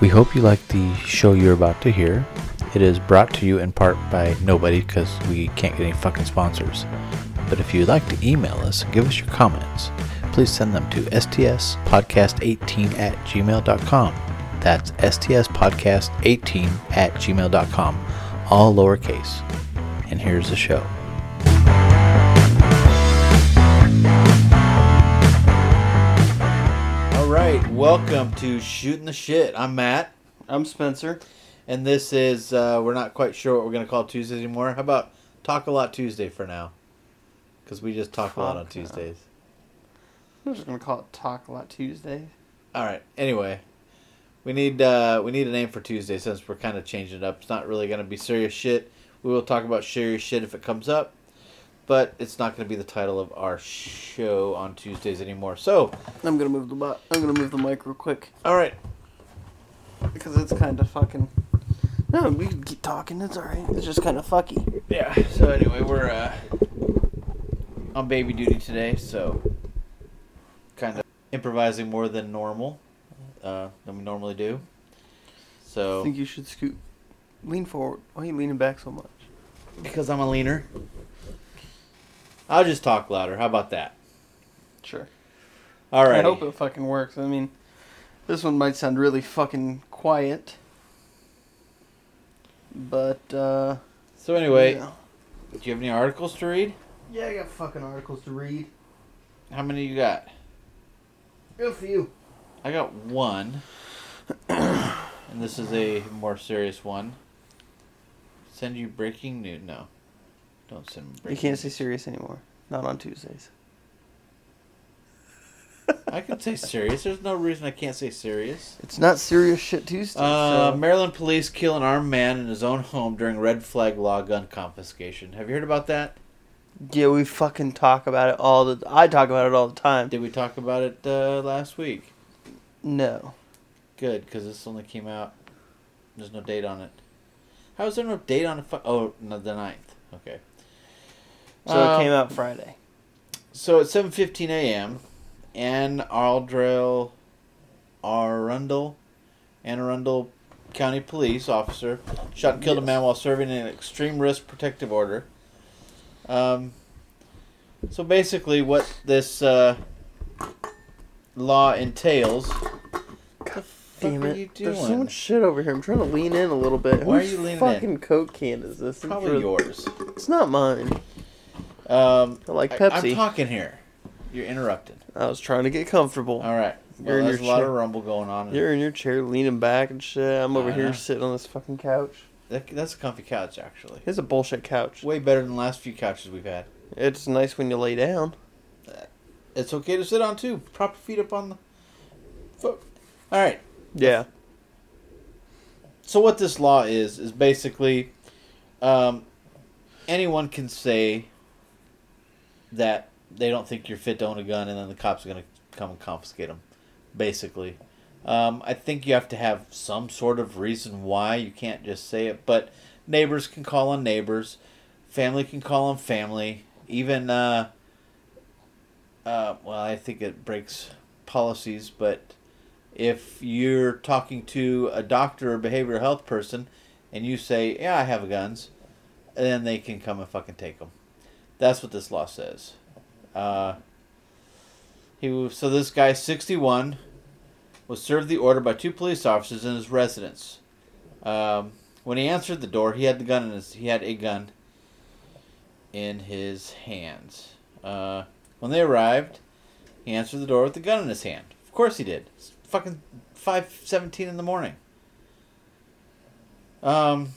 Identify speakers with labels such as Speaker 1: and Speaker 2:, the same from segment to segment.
Speaker 1: We hope you like the show you're about to hear. It is brought to you in part by nobody because we can't get any fucking sponsors. But if you'd like to email us, give us your comments. Please send them to stspodcast18 at gmail.com. That's stspodcast18 at gmail.com, all lowercase. And here's the show. All right, welcome to Shooting the Shit. I'm Matt,
Speaker 2: I'm Spencer.
Speaker 1: and this is, uh, we're not quite sure what we're going to call Tuesdays anymore. How about Talk a Lot Tuesday for now? Because we just talk a lot on
Speaker 2: Fuck, yeah.
Speaker 1: Tuesdays.
Speaker 2: I'm just gonna call it Talk a Lot Tuesday.
Speaker 1: All right. Anyway, we need uh, we need a name for Tuesday since we're kind of changing it up. It's not really going to be serious shit. We will talk about serious shit if it comes up, but it's not going to be the title of our show on Tuesdays anymore. So,
Speaker 2: I'm gonna move the bu- I'm gonna move the mic real quick
Speaker 1: all right.
Speaker 2: because it's kind of fucking. No, we can keep talking. It's all right. It's just kind of fucky.
Speaker 1: Yeah. So anyway, we're uh, on baby duty today, so kind of improvising more than normal uh, than we normally do.
Speaker 2: I
Speaker 1: So
Speaker 2: think you should scoot, lean forward. Why are you leaning back so much?
Speaker 1: because I'm a leaner, I'll just talk louder. How about that?
Speaker 2: Sure.
Speaker 1: All right.
Speaker 2: I hope it fucking works. I mean, this one might sound really fucking quiet, but uh.
Speaker 1: So anyway,
Speaker 2: Yeah.
Speaker 1: do you have any articles to read?
Speaker 2: Yeah, I got fucking articles to read.
Speaker 1: How many you got?
Speaker 2: Good for you.
Speaker 1: I got one. and this is a more serious one. Send you breaking news. No. Don't send me
Speaker 2: You
Speaker 1: breaking
Speaker 2: can't say serious anymore. Not on Tuesdays.
Speaker 1: I can say serious. There's no reason I can't say serious.
Speaker 2: It's not serious shit Tuesday.
Speaker 1: Uh,
Speaker 2: so-
Speaker 1: Maryland police kill an armed man in his own home during red flag law gun confiscation. Have you heard about that?
Speaker 2: Yeah, we fucking talk about it all the. I talk about it all the time.
Speaker 1: Did we talk about it uh, last week?
Speaker 2: No,
Speaker 1: Good, because this only came out. There's no date on it. How is there no date on it? Fu- oh, no, the 9th. Okay.
Speaker 2: so
Speaker 1: Um,
Speaker 2: it came out Friday.
Speaker 1: So at 7:15 a.m., Anne Ardrell Arundel, Anne Arundel County Police officer shot and killed a
Speaker 2: Yes.
Speaker 1: man while serving an extreme risk protective order. Um, so basically, what this uh, law entails. the fuck
Speaker 2: Damn
Speaker 1: are
Speaker 2: it!
Speaker 1: you doing?
Speaker 2: There's so much shit over here. I'm trying to lean in a little bit.
Speaker 1: Why are
Speaker 2: Whose
Speaker 1: you leaning in?
Speaker 2: Fucking Coke can is this? It's
Speaker 1: Probably
Speaker 2: really-
Speaker 1: yours.
Speaker 2: It's not mine.
Speaker 1: Um,
Speaker 2: I like
Speaker 1: I-
Speaker 2: Pepsi. I,
Speaker 1: I'm talking here. You're interrupted.
Speaker 2: was trying to get comfortable.
Speaker 1: All right. Well,
Speaker 2: You're in
Speaker 1: there's
Speaker 2: your
Speaker 1: a lot
Speaker 2: chair.
Speaker 1: of rumble going on. in
Speaker 2: You're in your chair, leaning back and shit. I'm over
Speaker 1: I
Speaker 2: here
Speaker 1: know.
Speaker 2: sitting on this fucking couch.
Speaker 1: That, that's a comfy couch, actually.
Speaker 2: It's a bullshit couch.
Speaker 1: Way better than the last few couches we've had.
Speaker 2: It's nice when you lay down.
Speaker 1: It's okay to sit on too. Prop your feet up on the foot. All right.
Speaker 2: Yeah.
Speaker 1: So what this law is is basically, um, anyone can say that they don't think you're fit to own a gun, and then the cops are gonna come and confiscate them. Basically, um, I think you have to have some sort of reason why you can't just say it. But neighbors can call on neighbors, family can call on family, even. Uh, uh, well, I think it breaks policies, but if you're talking to a doctor or behavioral health person and you say, "Yeah, I have guns," then they can come and fucking take them. That's what this law says. Uh, he was- so this guy, sixty-one, was served the order by two police officers in his residence. Um, when he answered the door, he had the gun in his he had a gun in his hands. Uh, when they arrived, he answered the door with the gun in his hand. Of course he did. It's fucking five seventeen in the morning. Um.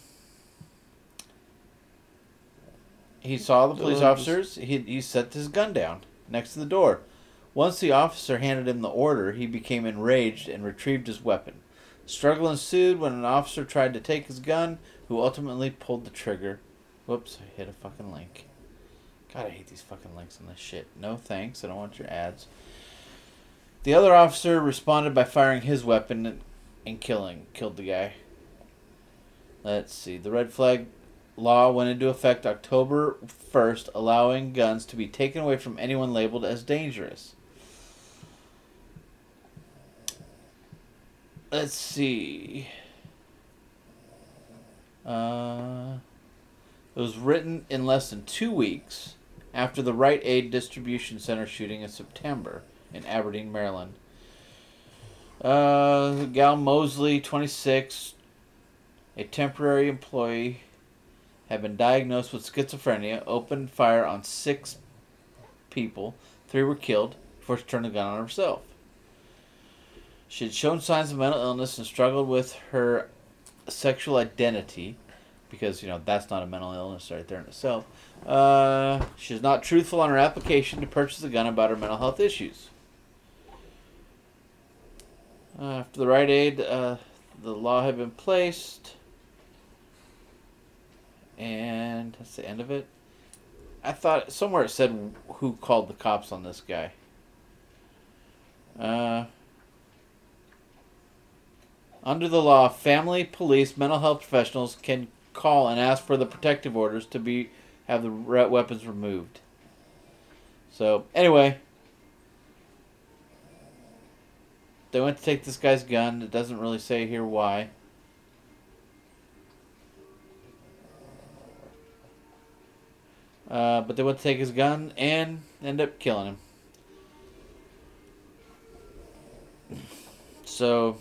Speaker 1: He saw the police
Speaker 2: Uh, just-
Speaker 1: officers. He he set his gun down next to the door. Once the officer handed him the order, he became enraged and retrieved his weapon. Struggle ensued when an officer tried to take his gun, who ultimately pulled the trigger. Whoops, I hit a fucking link. God, I hate these fucking links on this shit. No thanks, I don't want your ads. The other officer responded by firing his weapon and, and killing killed the guy. Let's see. The red flag law went into effect October 1st, allowing guns to be taken away from anyone labeled as dangerous. Let's see. Uh, it was written in less than two weeks after the Rite Aid Distribution Center shooting in September in Aberdeen, Maryland. Uh, Gal Mosley, 26, a temporary employee, had been diagnosed with schizophrenia, opened fire on six people. Three were killed before she turned the gun on herself. She had shown signs of mental illness and struggled with her sexual identity because, you know, that's not a mental illness right there in itself. Uh, she is not truthful on her application to purchase the gun about her mental health issues. Uh, after the Rite Aid, uh, the law had been placed. And that's the end of it. I thought somewhere it said who called the cops on this guy. Uh, under the law, family, police, mental health professionals can call and ask for the protective orders to be have the re- weapons removed. So anyway, they went to take this guy's gun. It doesn't really say here why. Uh, but they went to take his gun and end up killing him. So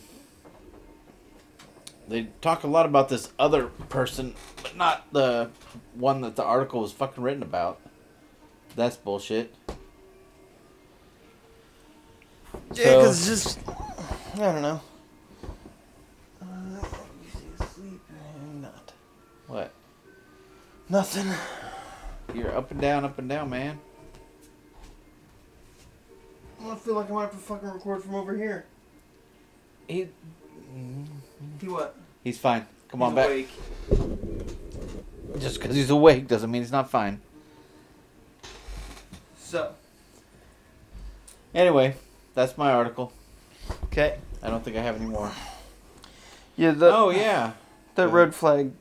Speaker 1: they talk a lot about this other person, but not the one that the article was fucking written about. That's bullshit.
Speaker 2: Yeah, because just I don't know. Uh, easy to sleep and not
Speaker 1: What?
Speaker 2: nothing.
Speaker 1: You're up and down, up and down, man.
Speaker 2: I feel like I might have to fucking record from over here.
Speaker 1: He,
Speaker 2: He what?
Speaker 1: he's fine. Come on
Speaker 2: He's
Speaker 1: back.
Speaker 2: awake.
Speaker 1: Just because he's awake doesn't mean he's not fine.
Speaker 2: So
Speaker 1: Anyway, that's my article.
Speaker 2: okay.
Speaker 1: I don't think I have any more.
Speaker 2: Yeah. The,
Speaker 1: oh yeah.
Speaker 2: That
Speaker 1: Go
Speaker 2: red flag.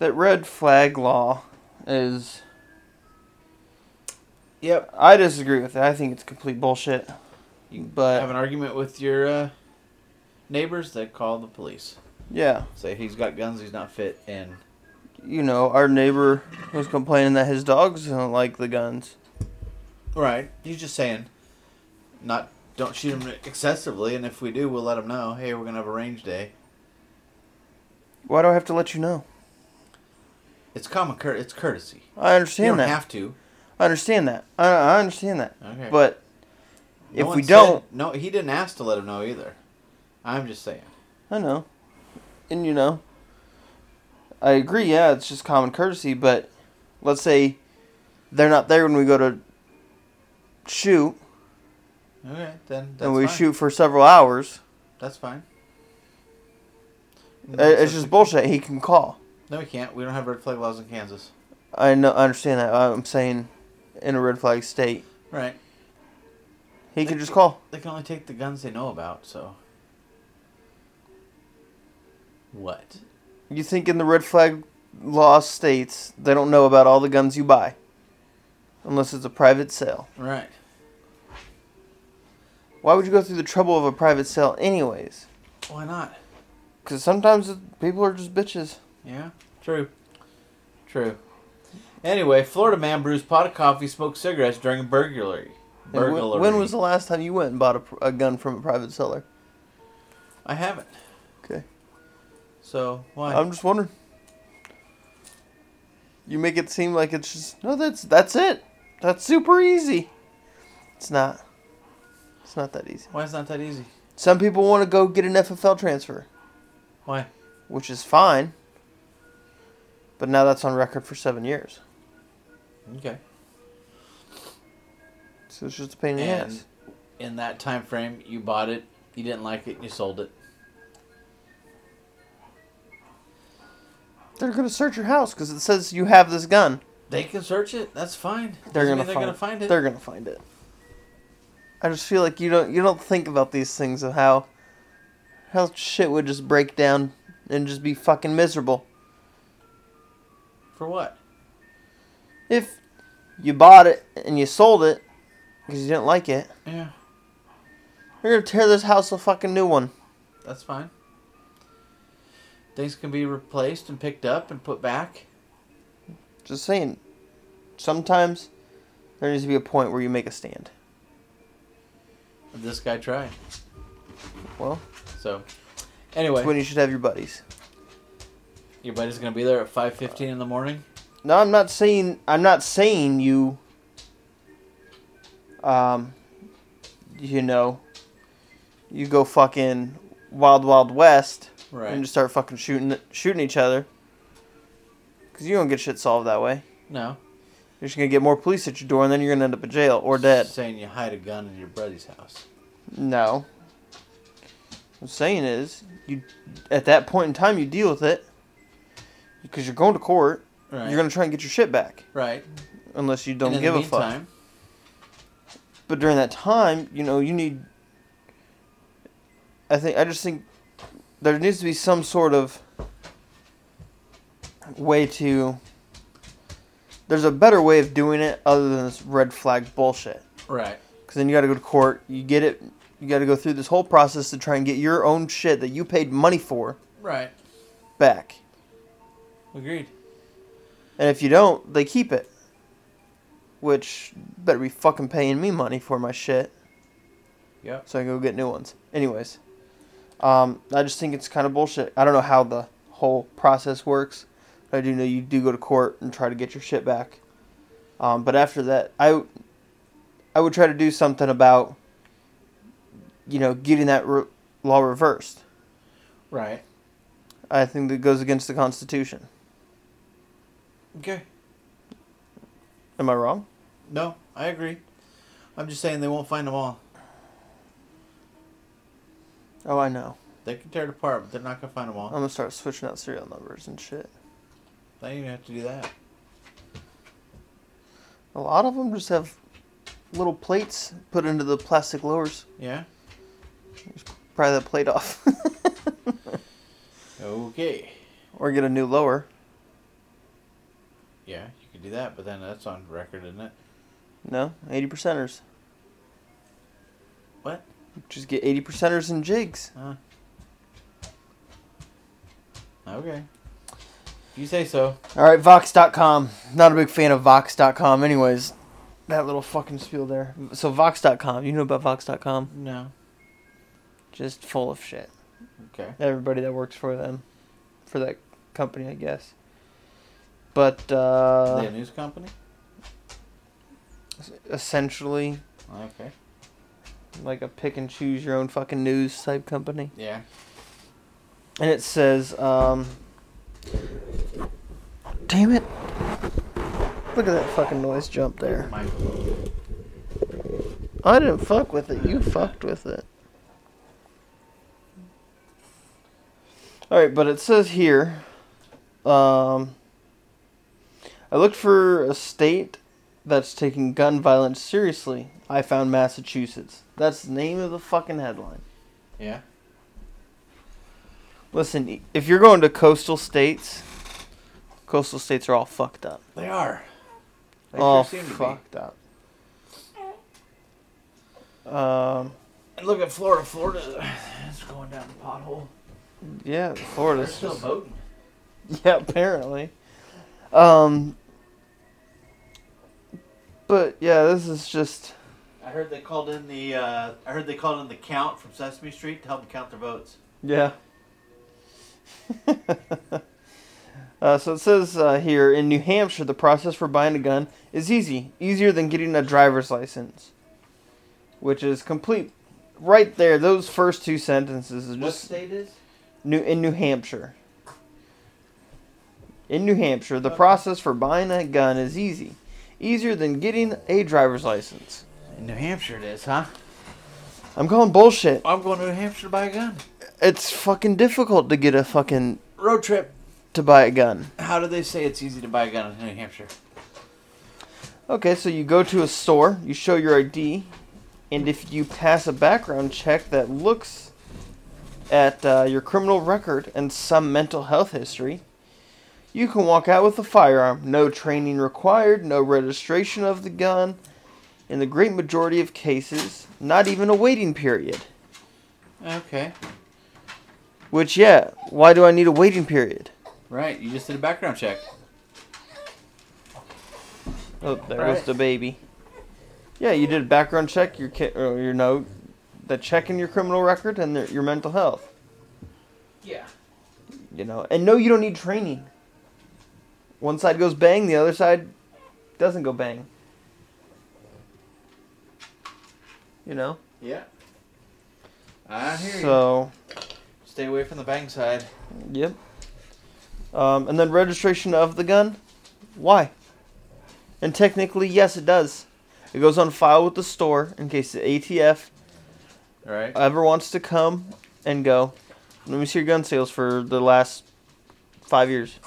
Speaker 2: That red flag law is.
Speaker 1: Yep.
Speaker 2: I disagree with it. I think it's complete bullshit.
Speaker 1: You
Speaker 2: But-
Speaker 1: have an argument with your uh, neighbors that call the police.
Speaker 2: Yeah.
Speaker 1: Say he's got guns, he's not fit, and
Speaker 2: You know, our neighbor was complaining that his dogs don't like the guns.
Speaker 1: right. He's just saying, not don't shoot him excessively, and if we do, we'll let him know. Hey, we're gonna have a range day.
Speaker 2: Why do I have to let you know?
Speaker 1: It's common cur- It's courtesy.
Speaker 2: I
Speaker 1: You
Speaker 2: understand
Speaker 1: don't
Speaker 2: that.
Speaker 1: have to.
Speaker 2: I understand that. I, I understand that.
Speaker 1: Okay.
Speaker 2: But
Speaker 1: No
Speaker 2: if
Speaker 1: one
Speaker 2: we
Speaker 1: said-
Speaker 2: don't,
Speaker 1: no, he didn't ask to let him know either. I'm just saying.
Speaker 2: I know. And you know, I agree. Yeah, it's just common courtesy. But let's say they're not there when we go to shoot.
Speaker 1: Okay, then that's
Speaker 2: and we
Speaker 1: fine.
Speaker 2: shoot for several hours.
Speaker 1: That's fine.
Speaker 2: Uh, it's just bullshit. He can call.
Speaker 1: No, we can't. We don't have red flag laws in Kansas.
Speaker 2: I know. I understand that. I'm saying, in a red flag state,
Speaker 1: Right.
Speaker 2: he can just call.
Speaker 1: They can only take the guns they know about. So. What?
Speaker 2: You think in the red flag law states they don't know about all the guns you buy, unless it's a private sale.
Speaker 1: Right.
Speaker 2: Why would you go through the trouble of a private sale, anyways?
Speaker 1: Why not?
Speaker 2: Because sometimes it- people are just bitches.
Speaker 1: Yeah. True. True. Anyway, Florida man brews pot of coffee, smoked cigarettes during a burglary.
Speaker 2: And wh-
Speaker 1: Burglary.
Speaker 2: When was the last time you went and bought a, pr- a gun from a private seller?
Speaker 1: I haven't.
Speaker 2: Okay.
Speaker 1: So why?
Speaker 2: I'm just wondering. You make it seem like it's just no. That's that's it. That's super easy. It's not. It's not that easy.
Speaker 1: why is not that easy?
Speaker 2: Some people want to go get an FFL transfer,
Speaker 1: Why?
Speaker 2: which is fine. But now that's on record for seven years.
Speaker 1: Okay.
Speaker 2: So it's just a pain in the
Speaker 1: And
Speaker 2: ass.
Speaker 1: in that time frame, you bought it, you didn't like it, and you sold it.
Speaker 2: They're gonna search your house because it says you have this gun.
Speaker 1: They can search it. That's fine.
Speaker 2: They're
Speaker 1: Doesn't
Speaker 2: gonna,
Speaker 1: mean they're
Speaker 2: find,
Speaker 1: gonna find it.
Speaker 2: They're gonna find it. I just feel like you don't you don't think about these things of how how shit would just break down and just be fucking miserable
Speaker 1: For what?
Speaker 2: if you bought it and you sold it because you didn't like it
Speaker 1: Yeah.
Speaker 2: We're gonna tear this house a fucking new one.
Speaker 1: That's fine. Things can be replaced and picked up and put back.
Speaker 2: Just saying. Sometimes there needs to be a point where you make a stand.
Speaker 1: This guy tried.
Speaker 2: Well,
Speaker 1: So,
Speaker 2: that's when
Speaker 1: anyway,
Speaker 2: you should have your buddies.
Speaker 1: your buddy's gonna be there at five fifteen in the morning.
Speaker 2: No, I'm not saying. I'm not saying you. Um, you know, you go fucking wild, wild west and
Speaker 1: Right.
Speaker 2: just start fucking shooting, shooting each other. Cause you don't get shit solved that way.
Speaker 1: No.
Speaker 2: You're just gonna get more police at your door, and then you're gonna end up in jail or dead.
Speaker 1: Saying you hide a gun in your buddy's house.
Speaker 2: No. What I'm saying is, you at that point in time you deal with it because you're going to court.
Speaker 1: Right.
Speaker 2: You're gonna try and get your shit back
Speaker 1: right.
Speaker 2: unless you
Speaker 1: And
Speaker 2: don't
Speaker 1: in
Speaker 2: give
Speaker 1: the
Speaker 2: a fuck.
Speaker 1: meantime,
Speaker 2: But during that time, you know, you need. I think I just think there needs to be some sort of way to. There's a better way of doing it other than this red flag bullshit.
Speaker 1: Right.
Speaker 2: Because then you got to go to court. You get it. You got to go through this whole process to try and get your own shit that you paid money for
Speaker 1: Right.
Speaker 2: back.
Speaker 1: Agreed.
Speaker 2: And if you don't, they keep it. Which better be fucking paying me money for my shit
Speaker 1: Yep.
Speaker 2: so I can go get new ones. Anyways, um, I just think it's kind of bullshit. I don't know how the whole process works. But I do know you do go to court and try to get your shit back. Um, but after that, I I would try to do something about you know getting that re- law reversed.
Speaker 1: Right.
Speaker 2: I think that goes against the Constitution.
Speaker 1: Okay.
Speaker 2: Am I wrong?
Speaker 1: No, I agree. I'm just saying they won't find them all.
Speaker 2: Oh, I know.
Speaker 1: They can tear it apart, but they're not gonna find them
Speaker 2: I'm
Speaker 1: all.
Speaker 2: gonna start switching out serial numbers and shit.
Speaker 1: They don't even have to do that.
Speaker 2: A lot of them just have little plates put into the plastic lowers.
Speaker 1: Yeah.
Speaker 2: Pry that plate off,
Speaker 1: Okay.
Speaker 2: or get a new lower.
Speaker 1: Yeah, you could do that, but then that's on record, isn't it?
Speaker 2: No, eighty percenters.
Speaker 1: What?
Speaker 2: Just get eighty percenters and jigs.
Speaker 1: Huh? Okay. If you say so.
Speaker 2: All right, Vox.com. Not a big fan of Vox.com, anyways. That little fucking spiel there. So Vox.com. You know about Vox.com?
Speaker 1: No.
Speaker 2: Just full of shit.
Speaker 1: Okay.
Speaker 2: everybody that works for them, for that company, I guess. But uh,
Speaker 1: Are they a news company?
Speaker 2: essentially,
Speaker 1: Okay.
Speaker 2: like a pick and choose your own fucking news type company,
Speaker 1: Yeah.
Speaker 2: and it says, um, "Damn it! Look at that fucking noise jump there.
Speaker 1: Mike.
Speaker 2: I didn't fuck with it. You fucked with it." All right, but it says here, um, I looked for a state that's taking gun violence seriously. I found Massachusetts. That's the name of the fucking headline.
Speaker 1: Yeah.
Speaker 2: Listen, if you're going to coastal states, coastal states are all fucked up.
Speaker 1: They are. They
Speaker 2: all
Speaker 1: sure seem to be.
Speaker 2: fucked up. Um,
Speaker 1: And look at Florida. Florida, it's going down the pothole.
Speaker 2: yeah,
Speaker 1: They're
Speaker 2: Florida's
Speaker 1: still
Speaker 2: just
Speaker 1: boating.
Speaker 2: Yeah, apparently. Um, but yeah, this is just
Speaker 1: I heard they called in the. Uh, I heard they called in the count from Sesame Street to help them count their votes.
Speaker 2: yeah. uh, so it says uh, here in New Hampshire, the process for buying a gun is easy, easier than getting a driver's license, which is complete. Right there, those first two sentences are
Speaker 1: what
Speaker 2: just
Speaker 1: state is?
Speaker 2: New in New Hampshire. In New Hampshire, the
Speaker 1: Okay.
Speaker 2: process for buying a gun is easy, easier than getting a driver's license.
Speaker 1: In New Hampshire, it is, huh?
Speaker 2: I'm calling bullshit.
Speaker 1: I'm going to New Hampshire to buy a gun.
Speaker 2: It's fucking difficult to get a fucking
Speaker 1: Road trip.
Speaker 2: to buy a gun.
Speaker 1: How do they say it's easy to buy a gun in New Hampshire?
Speaker 2: Okay, so you go to a store, you show your ID, and if you pass a background check that looks at uh, your criminal record and some mental health history, you can walk out with a firearm. No training required, no registration of the gun. In the great majority of cases, not even a waiting period.
Speaker 1: Okay.
Speaker 2: Which, yeah, why do I need a waiting period?
Speaker 1: Right. You just did a background check.
Speaker 2: Oh, there goes
Speaker 1: Right.
Speaker 2: the baby. Yeah, you did a background check, your ki- or your note, the check in your criminal record, and their, your mental health.
Speaker 3: Yeah.
Speaker 2: You know, and no, you don't need training. One side goes bang, the other side doesn't go bang. You know,
Speaker 1: Yeah. I hear
Speaker 2: so
Speaker 1: you. Stay away from the bang side.
Speaker 2: yep. Um, and then registration of the gun, why? And technically, yes, it does. It goes on file with the store in case the ATF
Speaker 1: All right.
Speaker 2: ever wants to come and go. Let me see your gun sales for the last five years.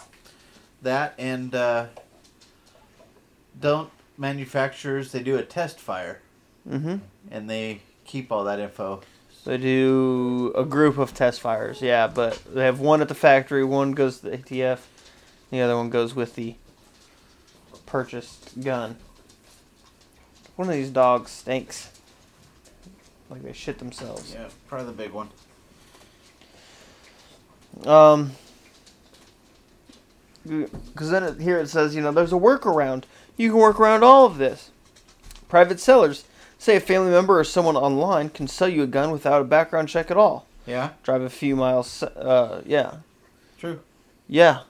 Speaker 1: That and uh, don't manufacturers they do a test fire
Speaker 2: Mm-hmm.
Speaker 1: and they keep all that info.
Speaker 2: They do a group of test fires, yeah, but they have one at the factory, one goes to the ATF, the other one goes with the purchased gun. One of these dogs stinks. Like they shit themselves.
Speaker 1: Yeah, probably the big one.
Speaker 2: Um, because then it, here it says, you know, there's a workaround. You can work around all of this. Private sellers, say a family member or someone online can sell you a gun without a background check at all.
Speaker 1: Yeah,
Speaker 2: Drive a few miles. Uh, yeah,
Speaker 1: true.
Speaker 2: yeah,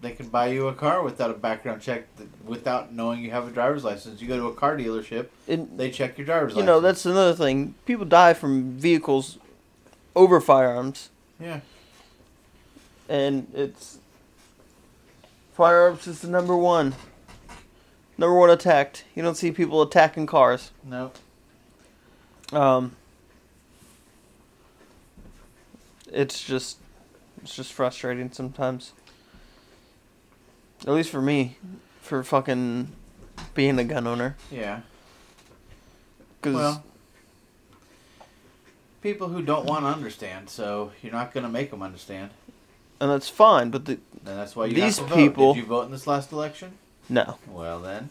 Speaker 1: They could buy you a car without a background check, th- without knowing you have a driver's license. You go to a car dealership,
Speaker 2: and
Speaker 1: they check your driver's
Speaker 2: you
Speaker 1: license.
Speaker 2: know that's another thing. People die from vehicles over firearms,
Speaker 1: yeah,
Speaker 2: and it's firearms is the number one, number one attacked. You don't see people attacking cars.
Speaker 1: no,
Speaker 2: Um, it's just, it's just frustrating sometimes. At least for me, for fucking being a gun owner,
Speaker 1: yeah.
Speaker 2: because
Speaker 1: Well, people who don't want to understand, so you're not going to make them understand,
Speaker 2: and that's fine. But the
Speaker 1: and that's why you
Speaker 2: These
Speaker 1: have to
Speaker 2: people-
Speaker 1: vote. Did you vote in this last election?
Speaker 2: no,
Speaker 1: Well then,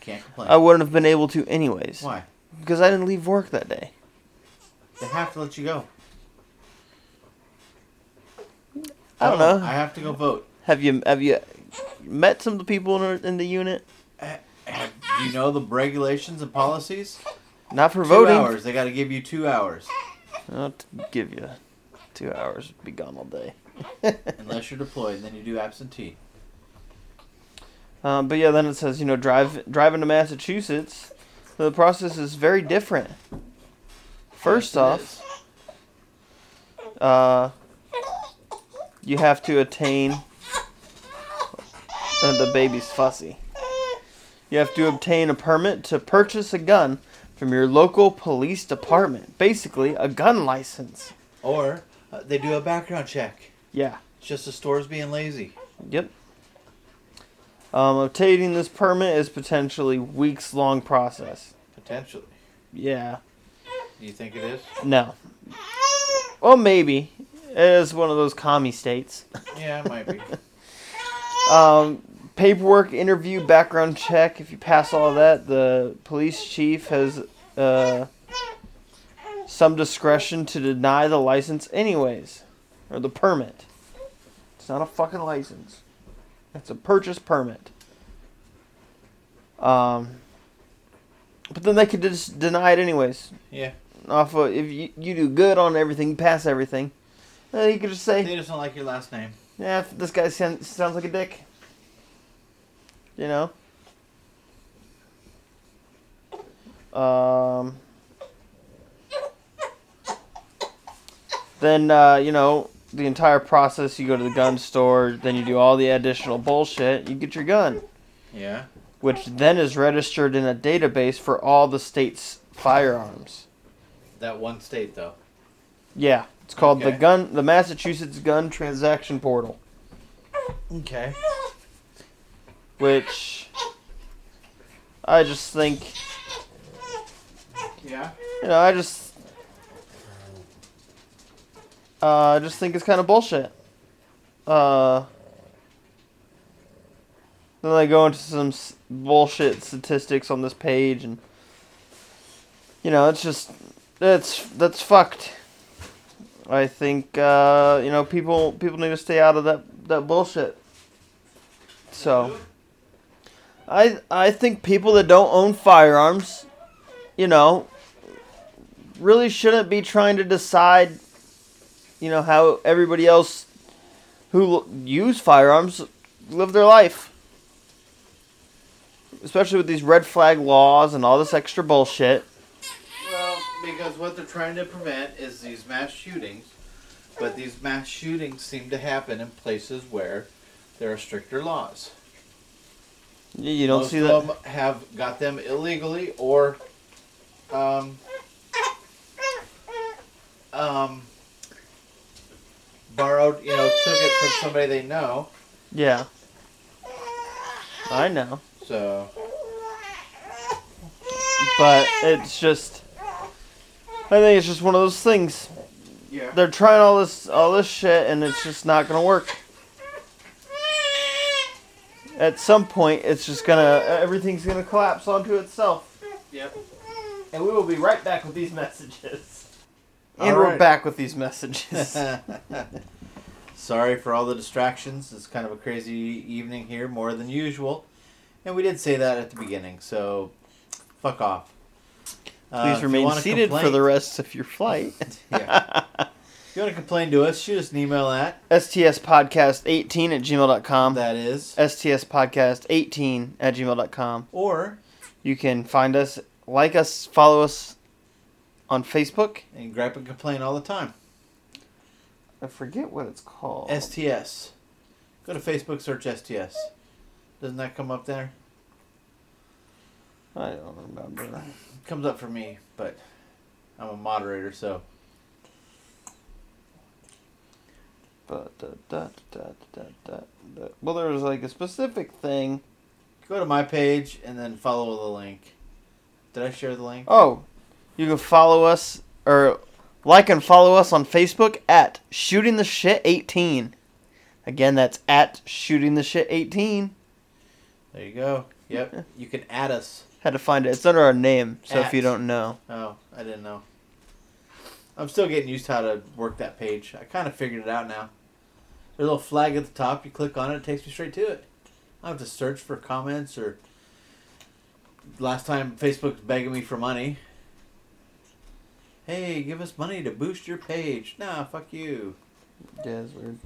Speaker 1: can't complain.
Speaker 2: I wouldn't have been able to anyways,
Speaker 1: Why?
Speaker 2: because I didn't leave work that day.
Speaker 1: They have to let you go.
Speaker 2: I don't
Speaker 1: Oh,
Speaker 2: know.
Speaker 1: I have to go vote.
Speaker 2: Have you have you met some of the people in, in the unit?
Speaker 1: Uh, Do you know the regulations and policies?
Speaker 2: Not for
Speaker 1: Two
Speaker 2: voting.
Speaker 1: hours. They got to give you two hours,
Speaker 2: I'll t- give you two hours. Be gone all day.
Speaker 1: unless you're deployed. Then you do absentee.
Speaker 2: Um, but yeah, then it says you know drive driving to Massachusetts, the process is very different. First
Speaker 1: Yes,
Speaker 2: off, uh, you have to attain. Uh, the baby's fussy. You have to obtain a permit to purchase a gun from your local police department. Basically, a gun license.
Speaker 1: Or uh, they do a background check.
Speaker 2: Yeah.
Speaker 1: It's just the stores being lazy.
Speaker 2: Yep. Um, obtaining this permit is potentially weeks long process.
Speaker 1: Potentially.
Speaker 2: Yeah.
Speaker 1: Do you think it is?
Speaker 2: No. Well, maybe. It is one of those commie states.
Speaker 1: Yeah, it might be.
Speaker 2: Um, paperwork, interview, background check. If you pass all that, the police chief has uh, some discretion to deny the license, anyways, or the permit. It's not a fucking license. It's a purchase permit. Um, but then they could just deny it anyways.
Speaker 1: yeah.
Speaker 2: Off of if you, you do good on everything, you pass everything. Uh, you could just say,
Speaker 1: They just don't like your last name.
Speaker 2: yeah, this guy sound- sounds like a dick. You know? Um, then, uh, you know, the entire process you go to the gun store, then you do all the additional bullshit, you get your gun,
Speaker 1: Yeah.
Speaker 2: which then is registered in a database for all the state's firearms.
Speaker 1: That one state though.
Speaker 2: Yeah, it's called the
Speaker 1: Okay.
Speaker 2: gun, the Massachusetts Gun Transaction Portal.
Speaker 1: Okay.
Speaker 2: which I just think,
Speaker 1: Yeah.
Speaker 2: you know, I just, uh, I just think it's kind of bullshit. Uh, then they go into some s- bullshit statistics on this page, and you know, it's just That's that's fucked. I think uh, you know people people need to stay out of that that bullshit. So I I think people that don't own firearms, you know, really shouldn't be trying to decide, you know, how everybody else who l- use firearms live their life. Especially with these red flag laws and all this extra bullshit.
Speaker 1: Well, because what they're trying to prevent is these mass shootings, but these mass shootings seem to happen in places where there are stricter laws.
Speaker 2: You you don't
Speaker 1: Most
Speaker 2: see
Speaker 1: of
Speaker 2: that.
Speaker 1: them have got them illegally or um, um, borrowed, you know, took it from somebody they know.
Speaker 2: Yeah. I know.
Speaker 1: So
Speaker 2: But it's just I think it's just one of those things.
Speaker 1: yeah,
Speaker 2: They're trying all this all this shit and it's just not gonna work. At some point it's just gonna everything's gonna collapse onto itself.
Speaker 1: yep.
Speaker 2: And we will be right back with these messages. And
Speaker 1: All
Speaker 2: we're
Speaker 1: right.
Speaker 2: back with these messages.
Speaker 1: Uh, Sorry for all the distractions. It's kind of a crazy evening here, more than usual. And we did say that at the beginning, so fuck off. Uh,
Speaker 2: Please
Speaker 1: if you
Speaker 2: remain
Speaker 1: wanna
Speaker 2: seated for
Speaker 1: complain-
Speaker 2: the rest of your flight.
Speaker 1: yeah. If you want to complain to us, shoot us an email at
Speaker 2: STS podcast 18 at gmail.com.
Speaker 1: that is,
Speaker 2: STS podcast 18 at gmail.com.
Speaker 1: or
Speaker 2: You can find us, like us, follow us on Facebook.
Speaker 1: and gripe and complain all the time.
Speaker 2: I forget what it's called.
Speaker 1: STS. Go to Facebook, search STS. Doesn't that come up there?
Speaker 2: I don't remember.
Speaker 1: It comes up for me, but I'm a moderator, so
Speaker 2: But da, da, da, da, da, da. well, there was like a specific thing.
Speaker 1: go to my page and then follow the link. Did I share the link?
Speaker 2: Oh, you can follow us or like and follow us on Facebook at Shooting the Shit 18. Again, that's at Shooting the Shit 18.
Speaker 1: There you go. Yep. You can add us.
Speaker 2: Had to find it. It's under our name, so if
Speaker 1: At.
Speaker 2: you don't know,
Speaker 1: Oh, I didn't know. I'm still getting used to how to work that page. I kind of figured it out now. There's a little flag at the top. You click on it, it takes me straight to it. I don't have to search for comments or. Last time Facebook's begging me for money. Hey, give us money to boost your page. Nah, fuck you.
Speaker 2: yeah, it's weird.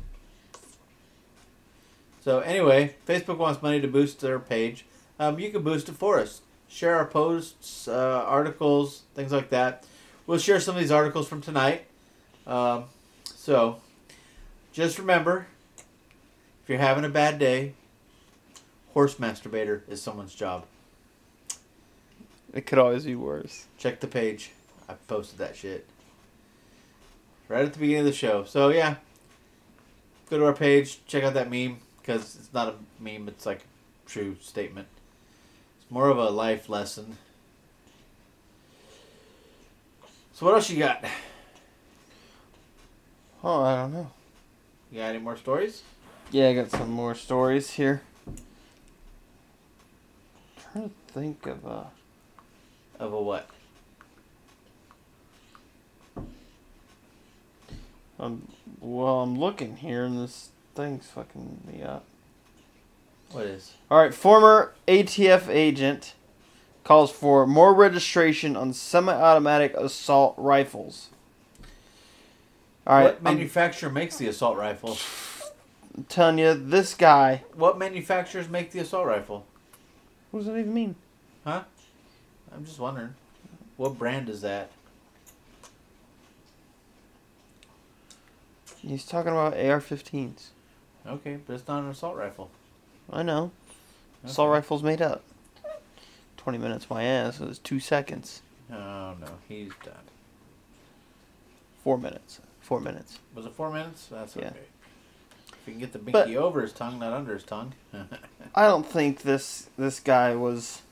Speaker 1: So anyway, Facebook wants money to boost their page. Um, you can boost it for us. Share our posts, uh, articles, things like that. We'll share some of these articles from tonight. Um, so just remember, if you're having a bad day, horse masturbator is someone's job.
Speaker 2: It could always be worse.
Speaker 1: Check the page. I posted that shit right at the beginning of the show. So yeah, go to our page, check out that meme because it's not a meme; it's like a true statement. It's more of a life lesson. So what else you got?
Speaker 2: Oh, I don't know.
Speaker 1: You got any more stories?
Speaker 2: Yeah, I got some more stories here. trying to think of a.
Speaker 1: Of a what?
Speaker 2: Um, well, I'm looking here and this thing's fucking me up.
Speaker 1: What is?
Speaker 2: Alright, former ATF agent calls for more registration on semi automatic assault rifles. Alright,
Speaker 1: what
Speaker 2: I'm
Speaker 1: manufacturer makes the assault rifle?
Speaker 2: telling you, this guy.
Speaker 1: What manufacturers make the assault rifle?
Speaker 2: What does that even mean?
Speaker 1: I'm just wondering. What brand is that?
Speaker 2: He's talking about AR 15s.
Speaker 1: Okay, but it's not an assault rifle.
Speaker 2: I know. Assault
Speaker 1: Okay.
Speaker 2: rifles made up. 20 minutes, my ass. It was two seconds.
Speaker 1: Oh no, he's done.
Speaker 2: Four minutes. Four minutes.
Speaker 1: Was it four minutes? That's
Speaker 2: Yeah.
Speaker 1: okay. If you can get the binky
Speaker 2: But-
Speaker 1: over his tongue, not under his tongue.
Speaker 2: I don't think this this guy was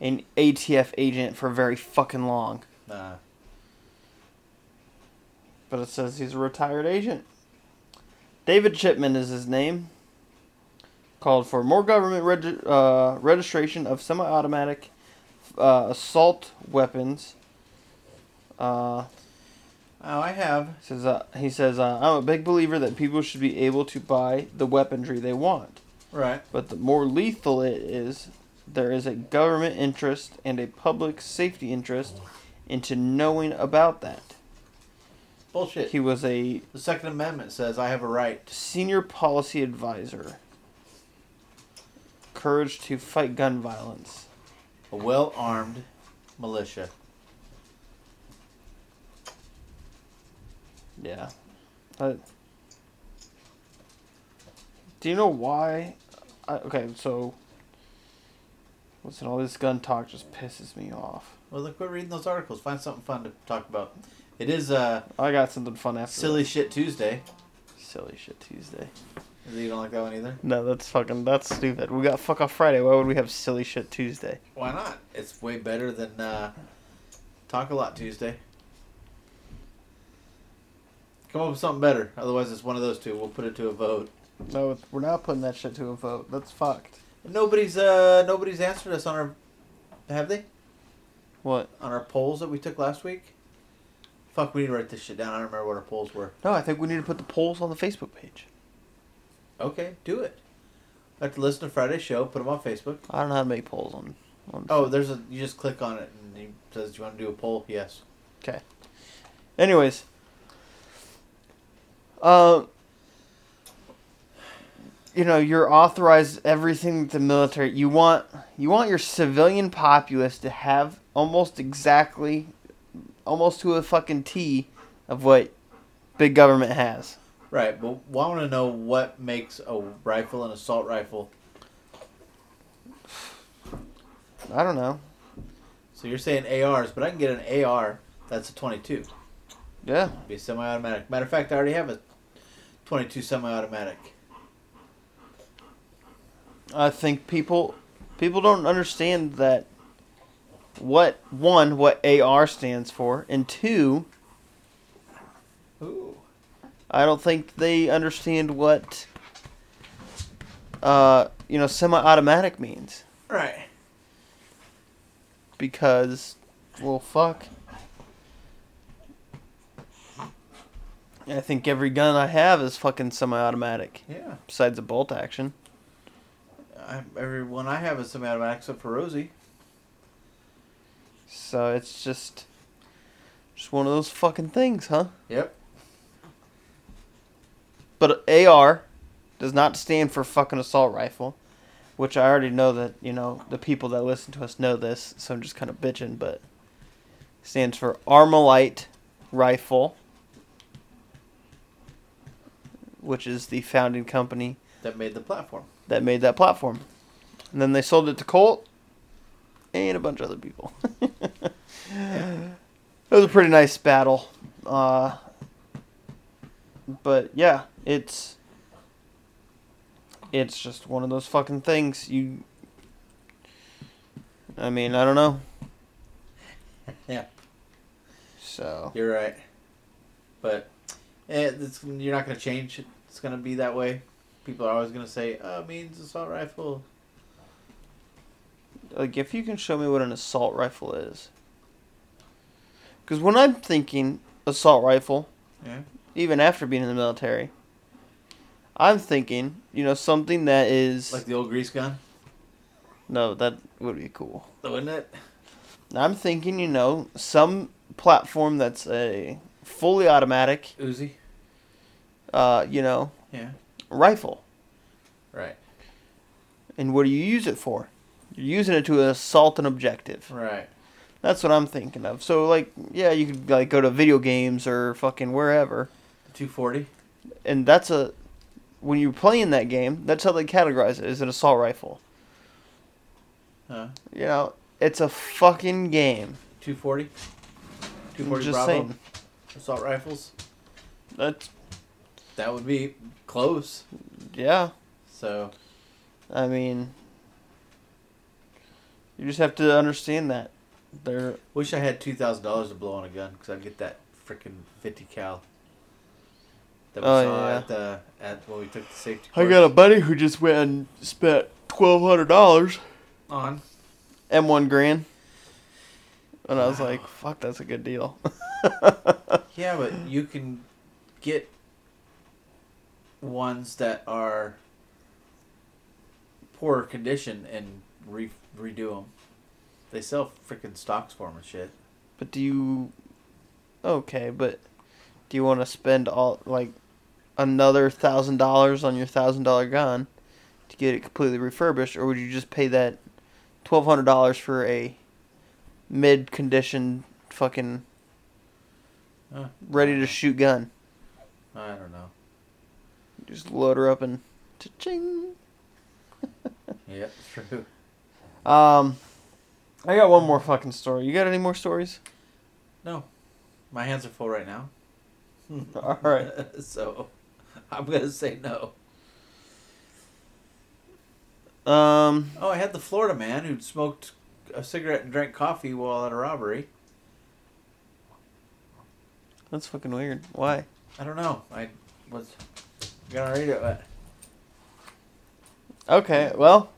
Speaker 2: an ATF agent for very fucking long.
Speaker 1: nah.
Speaker 2: But it says he's a retired agent. David Chipman is his name. Called for more government reg- uh, registration of semi-automatic uh, assault weapons Uh,
Speaker 1: Oh, I have.
Speaker 2: says uh, he says uh, I'm a big believer that people should be able to buy the weaponry they want,
Speaker 1: Right.
Speaker 2: but the more lethal it is, there is a government interest and a public safety interest into knowing about that.
Speaker 1: Bullshit.
Speaker 2: He was a
Speaker 1: the Second Amendment says I have a right.
Speaker 2: senior policy advisor. Courage to fight gun violence.
Speaker 1: A well armed militia.
Speaker 2: Yeah. But do you know why? I, okay, so listen, all this gun talk just pisses me off.
Speaker 1: Well, look, quit reading those articles. Find something fun to talk about. It is uh,
Speaker 2: I got something fun after
Speaker 1: silly shit Tuesday.
Speaker 2: that. silly shit Tuesday.
Speaker 1: You don't like that one either.
Speaker 2: No, that's fucking that's stupid. We got fuck off Friday. Why would we have silly shit Tuesday?
Speaker 1: Why not? It's way better than uh, talk a lot Tuesday. Come up with something better. Otherwise, it's one of those two. We'll put it to a vote.
Speaker 2: No, we're not putting that shit to a vote. That's fucked.
Speaker 1: Nobody's uh, nobody's answered us on our have they
Speaker 2: What?
Speaker 1: on our polls that we took last week. Fuck, we need to write this shit down. I don't remember what our polls were.
Speaker 2: No, I think we need to put the polls on the Facebook page.
Speaker 1: Okay, do it. I have to listen to Friday's show. Put them on Facebook.
Speaker 2: I don't know how to make polls on. on
Speaker 1: Oh, there's a. You just click on it and he says, "Do you want to do a poll?" Yes.
Speaker 2: Okay. Anyways. Uh, you know, you're authorized everything that the military you want you want your civilian populace to have almost exactly almost to a fucking T of what big government has.
Speaker 1: Right, but well, I want to know what makes a rifle an assault rifle.
Speaker 2: I don't know.
Speaker 1: So you're saying ARs, but I can get an AR that's a 22.
Speaker 2: Yeah.
Speaker 1: It'd be semi-automatic. Matter of fact, I already have a 22 semi-automatic.
Speaker 2: I think people people don't understand that what one what AR stands for and two
Speaker 1: Ooh.
Speaker 2: I don't think they understand what uh, you know semi-automatic means
Speaker 1: Right.
Speaker 2: because well fuck I think every gun I have is fucking semi-automatic
Speaker 1: Yeah.
Speaker 2: besides a bolt action.
Speaker 1: I, every one I have is semi-automatic except for Rosie.
Speaker 2: So it's just just one of those fucking things, huh?
Speaker 1: Yep.
Speaker 2: But AR does not stand for fucking assault rifle, which I already know that, you know, the people that listen to us know this, so I'm just kind of bitching, but stands for Armalite Rifle, which is the founding company
Speaker 1: That made the platform.
Speaker 2: that made that platform. And then they sold it to Colt and a bunch of other people. it was a pretty nice battle. Uh, but yeah, it's it's just one of those fucking things you I mean, I don't know.
Speaker 1: Yeah.
Speaker 2: So,
Speaker 1: You're right. But eh, it's, you're not going to change. it. It's going to be that way. People are always going to say, oh, it means assault rifle.
Speaker 2: like if you can show me what an assault rifle is. Cuz when I'm thinking assault rifle,
Speaker 1: Yeah.
Speaker 2: even after being in the military. I'm thinking, you know, something that is
Speaker 1: Like the old grease gun,
Speaker 2: no, that would be cool.
Speaker 1: wouldn't it?
Speaker 2: I'm thinking, you know, some platform that's a fully automatic,
Speaker 1: Uzi.
Speaker 2: uh, you know,
Speaker 1: Yeah.
Speaker 2: rifle.
Speaker 1: Right.
Speaker 2: And what do you use it for? You're using it to assault an objective.
Speaker 1: Right.
Speaker 2: That's what I'm thinking of. So like, yeah, you could like go to video games or fucking wherever,
Speaker 1: The 240.
Speaker 2: and that's a when you're playing that game, that's how they categorize it. Is an assault rifle?
Speaker 1: Huh.
Speaker 2: You know, it's a fucking game.
Speaker 1: 240.
Speaker 2: I'm
Speaker 1: 240
Speaker 2: just
Speaker 1: Bravo.
Speaker 2: saying.
Speaker 1: Assault rifles.
Speaker 2: That's
Speaker 1: That would be close.
Speaker 2: yeah.
Speaker 1: So,
Speaker 2: I mean, you just have to understand that they're
Speaker 1: wish I had $2,000 to blow on a gun because I'd get that freaking 50 cal. That we
Speaker 2: Oh,
Speaker 1: saw
Speaker 2: yeah.
Speaker 1: at the at when we took the safety.
Speaker 2: I got a
Speaker 1: course
Speaker 2: buddy who just went and spent twelve hundred dollars
Speaker 1: on.
Speaker 2: and one grand And I was like, fuck, that's a good deal.
Speaker 1: Yeah, but you can get ones that are poorer condition and re- redo them. They sell freaking stocks for them and shit.
Speaker 2: But do you. Okay, but do you want to spend all, like, another $1,000 on your $1,000 gun to get it completely refurbished, or would you just pay that $1,200 for a mid condition fucking
Speaker 1: Huh.
Speaker 2: ready to shoot gun?
Speaker 1: I don't know.
Speaker 2: Just load her up and cha-ching.
Speaker 1: Yeah, true.
Speaker 2: Um, I got one more fucking story. You got any more stories?
Speaker 1: No, my hands are full right now.
Speaker 2: All right.
Speaker 1: so I'm gonna say no.
Speaker 2: Um,
Speaker 1: Oh, I had the Florida man who smoked a cigarette and drank coffee while at a robbery.
Speaker 2: that's fucking weird. Why?
Speaker 1: I don't know. I was gonna read it, but
Speaker 2: Okay, well,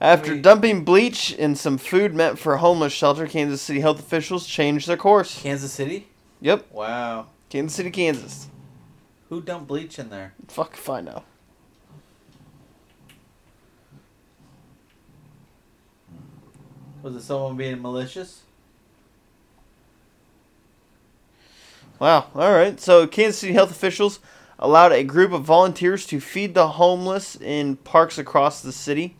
Speaker 2: after
Speaker 1: We-
Speaker 2: dumping bleach in some food meant for a homeless shelter, Kansas City health officials changed their course.
Speaker 1: Kansas City.
Speaker 2: Yep,
Speaker 1: Wow.
Speaker 2: Kansas City, Kansas.
Speaker 1: Who dumped bleach in there?
Speaker 2: Fuck if I know.
Speaker 1: Was it someone being malicious?
Speaker 2: Wow. All right. So Kansas City health officials allowed a group of volunteers to feed the homeless in parks across the city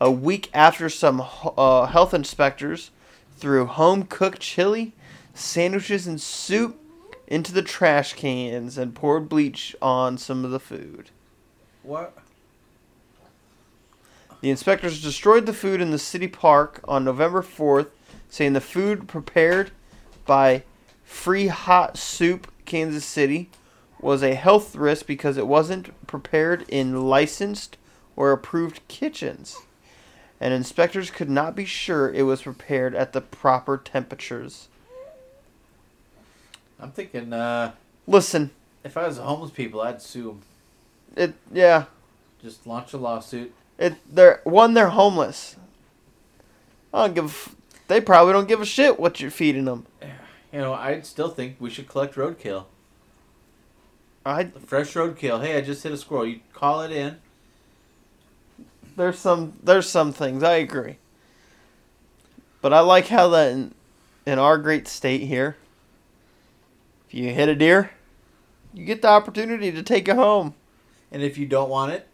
Speaker 2: a week after some ho- uh, health inspectors threw home cooked chili, sandwiches, and soup into the trash cans and poured bleach on some of the food.
Speaker 1: What?
Speaker 2: The inspectors destroyed the food in the city park on November 4th, saying the food prepared by Free Hot Soup Kansas City was a health risk because it wasn't prepared in licensed or approved kitchens, and inspectors could not be sure it was prepared at the proper temperatures.
Speaker 1: I'm thinking. uh
Speaker 2: Listen,
Speaker 1: If I was a homeless people, I'd sue 'em.
Speaker 2: it yeah,
Speaker 1: Just launch a lawsuit.
Speaker 2: it they're one they're homeless. I don't give a f- they probably don't give a shit what you're feeding them.
Speaker 1: You know, I still think we should collect roadkill.
Speaker 2: I
Speaker 1: Fresh roadkill. Hey, I just hit a squirrel. You call it in.
Speaker 2: There's some there's some things I agree. But I like how that in, in our great state here, if you hit a deer, you get the opportunity to take it home.
Speaker 1: And if you don't want it,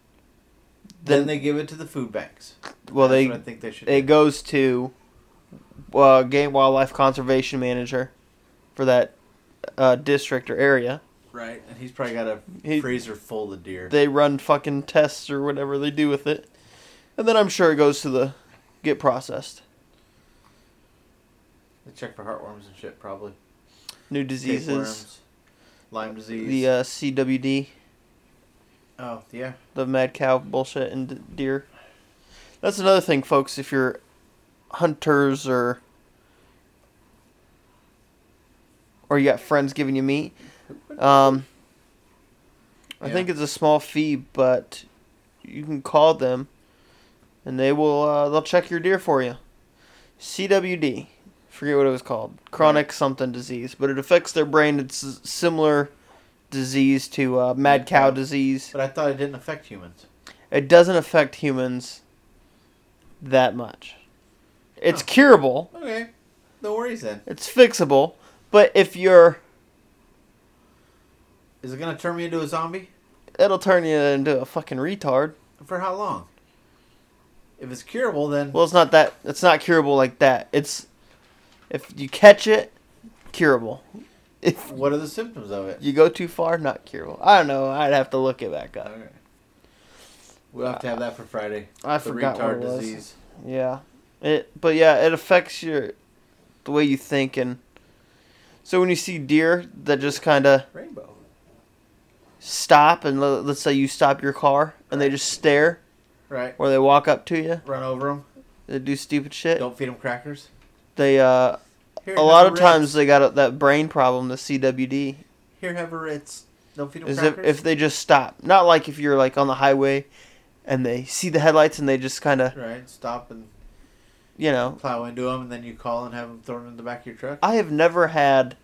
Speaker 1: then, they give it to the food banks.
Speaker 2: well
Speaker 1: That's
Speaker 2: they
Speaker 1: what I think they should.
Speaker 2: it
Speaker 1: do.
Speaker 2: goes to uh, game wildlife conservation manager for that uh, district or area.
Speaker 1: right, and he's probably got a
Speaker 2: He-
Speaker 1: freezer full of deer.
Speaker 2: They run fucking tests or whatever they do with it, and then I'm sure it goes to the get processed
Speaker 1: They check for heartworms and shit, probably.
Speaker 2: new diseases,
Speaker 1: Tapeworms, Lyme disease.
Speaker 2: the uh, CWD.
Speaker 1: oh yeah,
Speaker 2: the mad cow bullshit and d- deer. That's another thing, folks. If you're hunters or or you got friends giving you meat, um, I think it's a small fee, but you can call them, and they will uh, they'll check your deer for you. CWD, forget what it was called, chronic something disease, but it affects their brain. It's s- similar disease to uh, mad
Speaker 1: Mad cow.
Speaker 2: cow disease
Speaker 1: but I thought it didn't affect humans.
Speaker 2: it doesn't affect humans that much. It's
Speaker 1: Huh.
Speaker 2: curable,
Speaker 1: Okay, no worries then.
Speaker 2: it's fixable, but if you're,
Speaker 1: Is it gonna turn me into a zombie?
Speaker 2: it'll turn you into a fucking retard.
Speaker 1: For how long? If it's curable, then
Speaker 2: Well, it's not that. It's not curable like that. It's if you catch it, curable. If
Speaker 1: what are the symptoms of it?
Speaker 2: you go too far, not curable. I don't know. I'd have to look it back up.
Speaker 1: Alright. We'll have to have that for Friday.
Speaker 2: I
Speaker 1: the
Speaker 2: forgot what
Speaker 1: retard
Speaker 2: it was.
Speaker 1: disease.
Speaker 2: Yeah. It but yeah, it affects your the way you think and so when you see deer that just kind of
Speaker 1: Rainbow.
Speaker 2: stop and le- let's say you stop your car and they
Speaker 1: Right.
Speaker 2: just stare
Speaker 1: Right.
Speaker 2: or they walk up to you
Speaker 1: Run over them.
Speaker 2: they do stupid shit
Speaker 1: Don't feed them crackers.
Speaker 2: they uh
Speaker 1: Here,
Speaker 2: a
Speaker 1: have
Speaker 2: lot of
Speaker 1: Ritz.
Speaker 2: times they got that brain problem the cwd
Speaker 1: Here, have a Ritz. Don't feed them
Speaker 2: is if,
Speaker 1: crackers.
Speaker 2: if they just stop not like if you're like on the highway and they see the headlights and they just kind of
Speaker 1: Right. Stop and
Speaker 2: you know,
Speaker 1: Plow into them and then you call and have them thrown in the back of your truck.
Speaker 2: I have never had.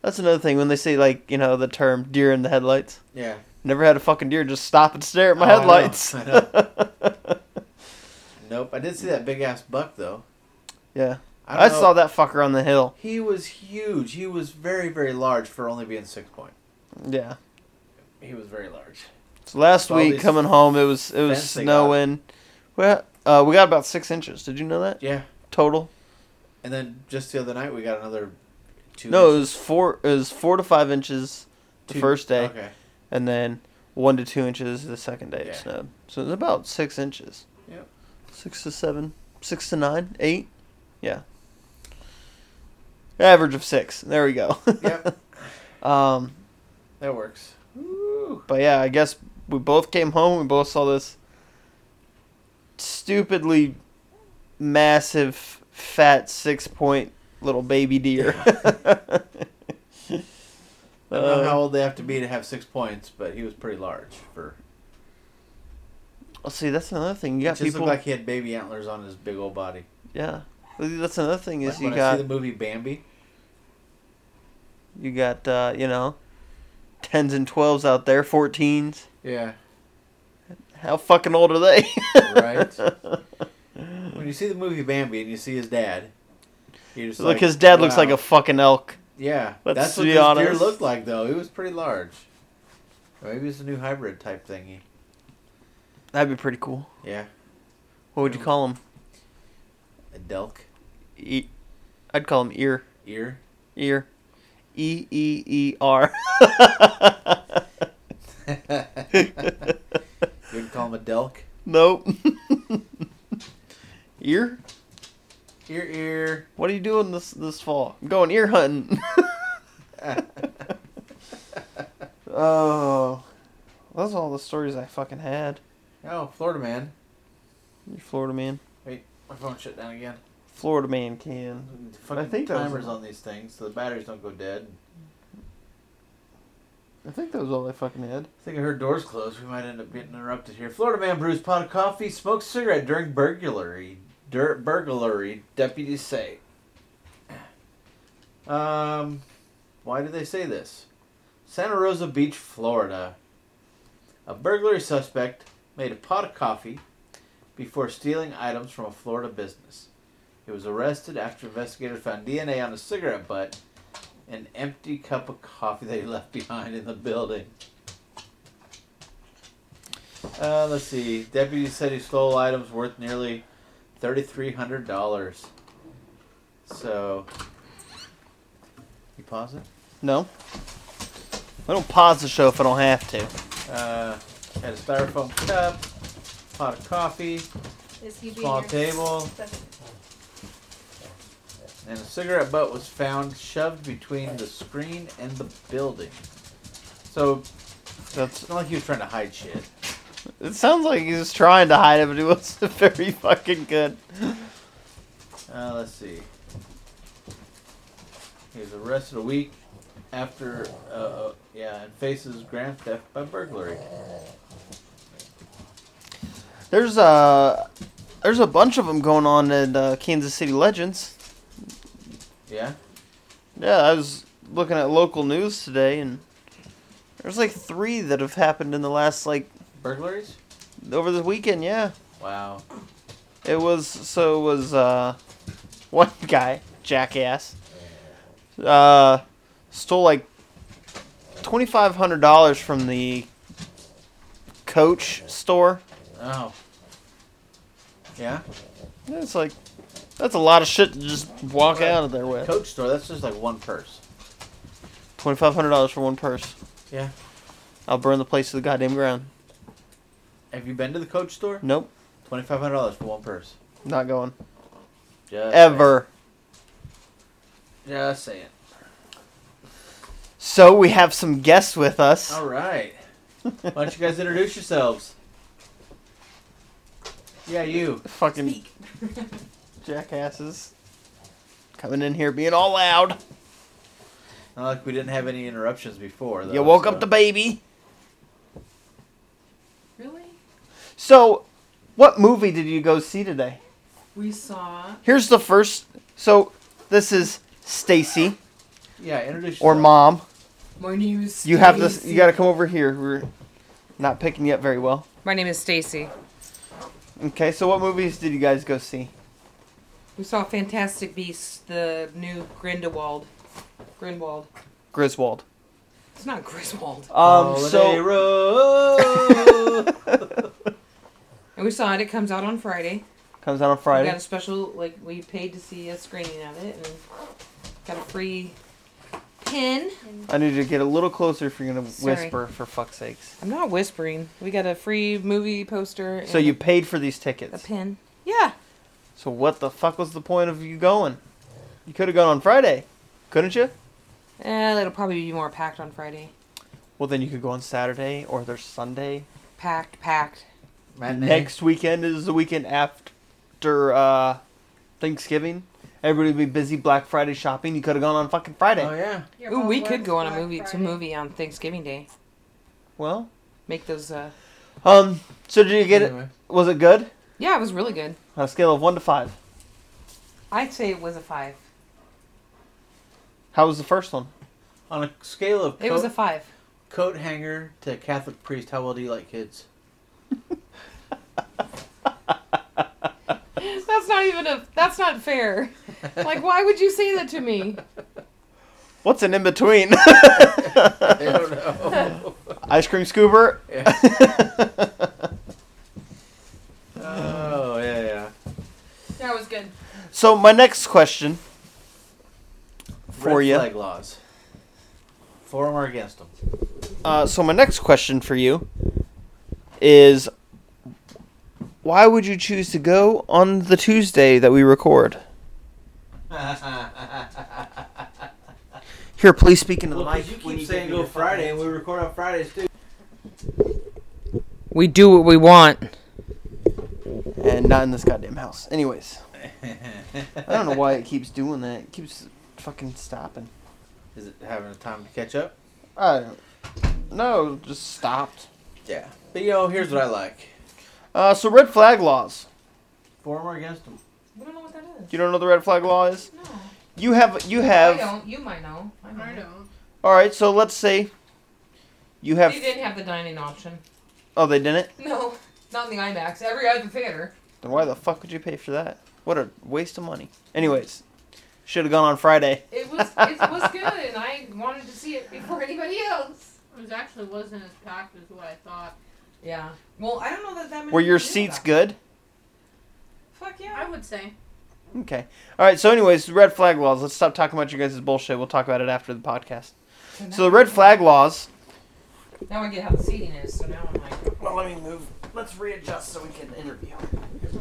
Speaker 2: That's another thing when they say like you know the term deer in the headlights.
Speaker 1: Yeah.
Speaker 2: Never had a fucking deer just stop and stare at my
Speaker 1: Oh, I know,
Speaker 2: headlights.
Speaker 1: I know. Nope. I did see that big ass buck though.
Speaker 2: yeah,
Speaker 1: I,
Speaker 2: I, saw that fucker on the hill.
Speaker 1: He was huge. He was very very large for only being six point.
Speaker 2: Yeah.
Speaker 1: He was very large.
Speaker 2: So last
Speaker 1: All
Speaker 2: week
Speaker 1: these
Speaker 2: coming home, it was it was
Speaker 1: vents they got.
Speaker 2: snowing. Well, uh, we got about six inches. Did you know that
Speaker 1: Yeah.
Speaker 2: total?
Speaker 1: And then just the other night we got another two.
Speaker 2: no, it
Speaker 1: inches-
Speaker 2: was four. It was four to five inches the
Speaker 1: two-
Speaker 2: first day,
Speaker 1: Okay.
Speaker 2: and then one to two inches the second day.
Speaker 1: Yeah.
Speaker 2: It snowed, so it was about six inches.
Speaker 1: Yep.
Speaker 2: Six to seven, six to nine, eight. Yeah. Average of six. There we go.
Speaker 1: Yep.
Speaker 2: um,
Speaker 1: That works. Woo.
Speaker 2: But yeah, I guess we both came home. We both saw this stupidly massive, fat six point little baby deer.
Speaker 1: I don't know
Speaker 2: Uh,
Speaker 1: how old they have to be to have six points, but he was pretty large for.
Speaker 2: well, see, that's another thing. You
Speaker 1: It
Speaker 2: got
Speaker 1: just looked
Speaker 2: people.
Speaker 1: like he had baby antlers on his big old body.
Speaker 2: yeah, that's another thing is
Speaker 1: Like
Speaker 2: you
Speaker 1: when I
Speaker 2: got
Speaker 1: see the movie Bambi.
Speaker 2: you got uh, you know tens and twelves out there, fourteens.
Speaker 1: Yeah.
Speaker 2: How fucking old are they?
Speaker 1: Right. When you see the movie Bambi and you see his dad, you're just
Speaker 2: Look, his dad looks
Speaker 1: wow.
Speaker 2: like a fucking elk.
Speaker 1: Yeah,
Speaker 2: Let's
Speaker 1: that's what
Speaker 2: be
Speaker 1: this deer
Speaker 2: honest.
Speaker 1: looked like though. He was pretty large. Or Maybe it's a new hybrid type thingy.
Speaker 2: That'd be pretty cool.
Speaker 1: Yeah,
Speaker 2: What
Speaker 1: Mm.
Speaker 2: would you call him?
Speaker 1: a delk
Speaker 2: E- I'd call him ear.
Speaker 1: ear.
Speaker 2: Ear. E E E R.
Speaker 1: you would not call him a delk.
Speaker 2: nope. ear?
Speaker 1: Ear ear.
Speaker 2: What are you doing this this fall? I'm going ear hunting. oh. Those are all the stories I fucking had.
Speaker 1: oh, Florida man.
Speaker 2: You Florida man.
Speaker 1: Wait, my phone shut down again.
Speaker 2: Florida man can.
Speaker 1: Fucking
Speaker 2: I think that was-
Speaker 1: timers on these things, so the batteries don't go dead.
Speaker 2: I think that was all I fucking had.
Speaker 1: I think I heard doors close. We might end up getting interrupted here. Florida man brews pot of coffee, smokes cigarette during burglary. Dirt burglary, deputies say. Um, why do they say this? Santa Rosa Beach, Florida. A burglary suspect made a pot of coffee before stealing items from a Florida business. He was arrested after investigators found DNA on a cigarette butt and empty cup of coffee they left behind in the building. Uh, let's see. Deputies said he stole items worth nearly thirty-three hundred dollars. So, you pause it.
Speaker 2: No. I don't pause the show if I don't have to.
Speaker 1: Uh, had a styrofoam cup, pot of coffee,
Speaker 3: Is he being
Speaker 1: Small
Speaker 3: your-
Speaker 1: table.
Speaker 3: That's-
Speaker 1: and a cigarette butt was found shoved between the screen and the building. So
Speaker 2: That's
Speaker 1: it's not like he was trying to hide shit.
Speaker 2: it sounds like he was trying to hide it, but it wasn't very fucking good.
Speaker 1: Uh, let's see. He was arrested a week after, uh, uh, yeah, and faces grand theft by burglary.
Speaker 2: There's a there's a bunch of them going on in uh, Kansas City Legends.
Speaker 1: Yeah.
Speaker 2: Yeah, I was looking at local news today, and there's like three that have happened in the last like
Speaker 1: Burglaries?
Speaker 2: over the weekend. Yeah,
Speaker 1: Wow.
Speaker 2: it was so it was uh, one guy jackass uh, stole like twenty five hundred dollars from the coach store.
Speaker 1: Oh. Yeah.
Speaker 2: Yeah, It's like that's a lot of shit to just walk out of there with.
Speaker 1: Coach store. That's just like one purse.
Speaker 2: Twenty five hundred dollars for one purse.
Speaker 1: Yeah.
Speaker 2: I'll burn the place to the goddamn ground.
Speaker 1: Have you been to the Coach store?
Speaker 2: Nope,
Speaker 1: Twenty five hundred dollars for one purse.
Speaker 2: not going
Speaker 1: Just
Speaker 2: ever.
Speaker 1: Saying. Just saying.
Speaker 2: So we have some guests with us.
Speaker 1: All right. Why don't you guys introduce yourselves? Yeah, you.
Speaker 2: Fucking
Speaker 3: Speak.
Speaker 2: jackasses coming in here being all loud.
Speaker 1: Not like we didn't have any interruptions before. Though,
Speaker 2: you woke
Speaker 1: so-
Speaker 2: up the baby.
Speaker 3: really?
Speaker 2: So, what movie did you go see today?
Speaker 3: We saw.
Speaker 2: Here's the first. So this is Stacy
Speaker 1: Yeah, introduce
Speaker 2: or
Speaker 1: yourself.
Speaker 2: mom.
Speaker 3: My name is.
Speaker 2: You have this.
Speaker 3: Stacy.
Speaker 2: You got to come over here. We're not picking you up very well.
Speaker 3: My name is Stacy.
Speaker 2: Okay. So what movies did you guys go see?
Speaker 3: We saw Fantastic Beasts, the new Grindelwald. Grindelwald.
Speaker 2: Griswold.
Speaker 3: It's not Griswold.
Speaker 2: Um.
Speaker 1: Holiday
Speaker 2: So
Speaker 1: Road.
Speaker 3: And we saw it. It comes out on Friday.
Speaker 2: comes out on
Speaker 3: We
Speaker 2: Friday.
Speaker 3: got a special, like, we paid to see a screening of it and got a free pin.
Speaker 2: I need you to get a little closer if you're gonna
Speaker 3: Sorry.
Speaker 2: whisper. For fuck's sakes.
Speaker 3: I'm not whispering. We got a free movie poster. And
Speaker 2: So you paid for these
Speaker 3: A
Speaker 2: tickets.
Speaker 3: pin. Yeah.
Speaker 2: So what the fuck was the point of you going? You could have gone on Friday, couldn't you?
Speaker 3: Eh, it'll probably be more packed on Friday.
Speaker 2: Well, then you could go on Saturday or there's Sunday.
Speaker 3: Packed, packed.
Speaker 1: Matinee.
Speaker 2: Next weekend is the weekend after uh, Thanksgiving. Everybody will be busy Black Friday shopping. You could have gone on fucking Friday.
Speaker 1: Oh yeah.
Speaker 3: Ooh, we could go on a movie to movie on Thanksgiving Day.
Speaker 2: Well,
Speaker 3: Make those. uh
Speaker 2: um, so did you get it? Was it good?
Speaker 3: Yeah, it was really good.
Speaker 2: On a scale of one to five,
Speaker 3: I'd say it was a five.
Speaker 2: how was the first one?
Speaker 1: On a scale of
Speaker 3: It was
Speaker 1: coat-
Speaker 3: a five.
Speaker 1: coat hanger to Catholic priest, how well do you like kids?
Speaker 3: That's not even a. That's not fair. Like, why would you say that to me?
Speaker 2: What's an in between?
Speaker 1: I don't know.
Speaker 2: Ice cream scooper.
Speaker 1: Yeah. Oh yeah, yeah.
Speaker 3: That was good.
Speaker 2: so my next question for
Speaker 1: Red
Speaker 2: you.
Speaker 1: Flag laws. For 'em or against them?
Speaker 2: Uh, so my next question for you is, why would you choose to go on the Tuesday that we record? Here, please speak into the
Speaker 1: well,
Speaker 2: mic.
Speaker 1: 'cause you
Speaker 2: when
Speaker 1: keep
Speaker 2: give
Speaker 1: saying
Speaker 2: me
Speaker 1: go
Speaker 2: your
Speaker 1: Friday, and
Speaker 2: fucking
Speaker 1: we record on Fridays too.
Speaker 3: We do what we want.
Speaker 2: answer. And not in this goddamn house. Anyways, I don't know why it keeps doing that. It keeps fucking stopping.
Speaker 1: Is it having a time to catch up?
Speaker 2: I don't. No, it just stopped.
Speaker 1: Yeah. But you know, here's what I like.
Speaker 2: Uh, so red flag laws.
Speaker 1: For 'em or against them?
Speaker 3: We don't know what that is.
Speaker 2: You don't know what the red flag law is?
Speaker 3: No.
Speaker 2: You have. You
Speaker 3: I
Speaker 2: have.
Speaker 3: don't. You might know. I
Speaker 4: I
Speaker 3: might know.
Speaker 4: don't.
Speaker 2: All right. So let's say. You have.
Speaker 3: They didn't have the dining option.
Speaker 2: Oh, they didn't.
Speaker 3: No, not in the IMAX. Every other theater.
Speaker 2: Then why the fuck would you pay for that? What a waste of money. Anyways, should have gone on Friday.
Speaker 3: It was. It was good, and I wanted to see it before anybody else.
Speaker 4: It actually wasn't as packed as what I thought.
Speaker 3: Yeah. Well, I don't know that that. many
Speaker 2: Were your
Speaker 3: people knew
Speaker 2: seats
Speaker 3: about it.
Speaker 2: good?
Speaker 3: Fuck yeah.
Speaker 4: I would say.
Speaker 2: Okay. All right. So, anyways, red flag laws. Let's stop talking about your guys' bullshit. We'll talk about it after the podcast. So, the red flag laws.
Speaker 3: Now I get how the seating is, so now I'm like,
Speaker 2: Well, let me move. Let's readjust so we can interview.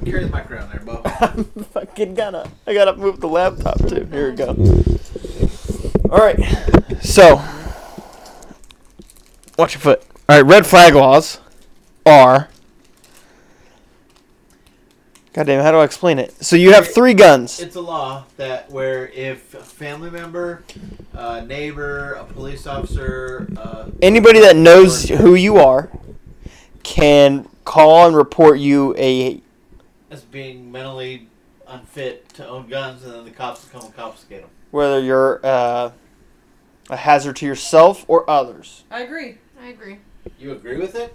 Speaker 1: Carry the mic around there, Bo.
Speaker 2: I'm fucking gonna. I gotta move the laptop too. Here we go. All right. So, watch your foot. All right. Red flag laws are. Goddamn! How do I explain it? So you have three guns.
Speaker 1: It's a law that where if a family member, a neighbor, a police officer, uh,
Speaker 2: Anybody that knows who you are can call and report you a
Speaker 1: as being mentally unfit to own guns, and then the cops will come and confiscate them.
Speaker 2: whether you're uh, a hazard to yourself or others.
Speaker 3: I agree.
Speaker 4: I agree.
Speaker 1: You agree with it?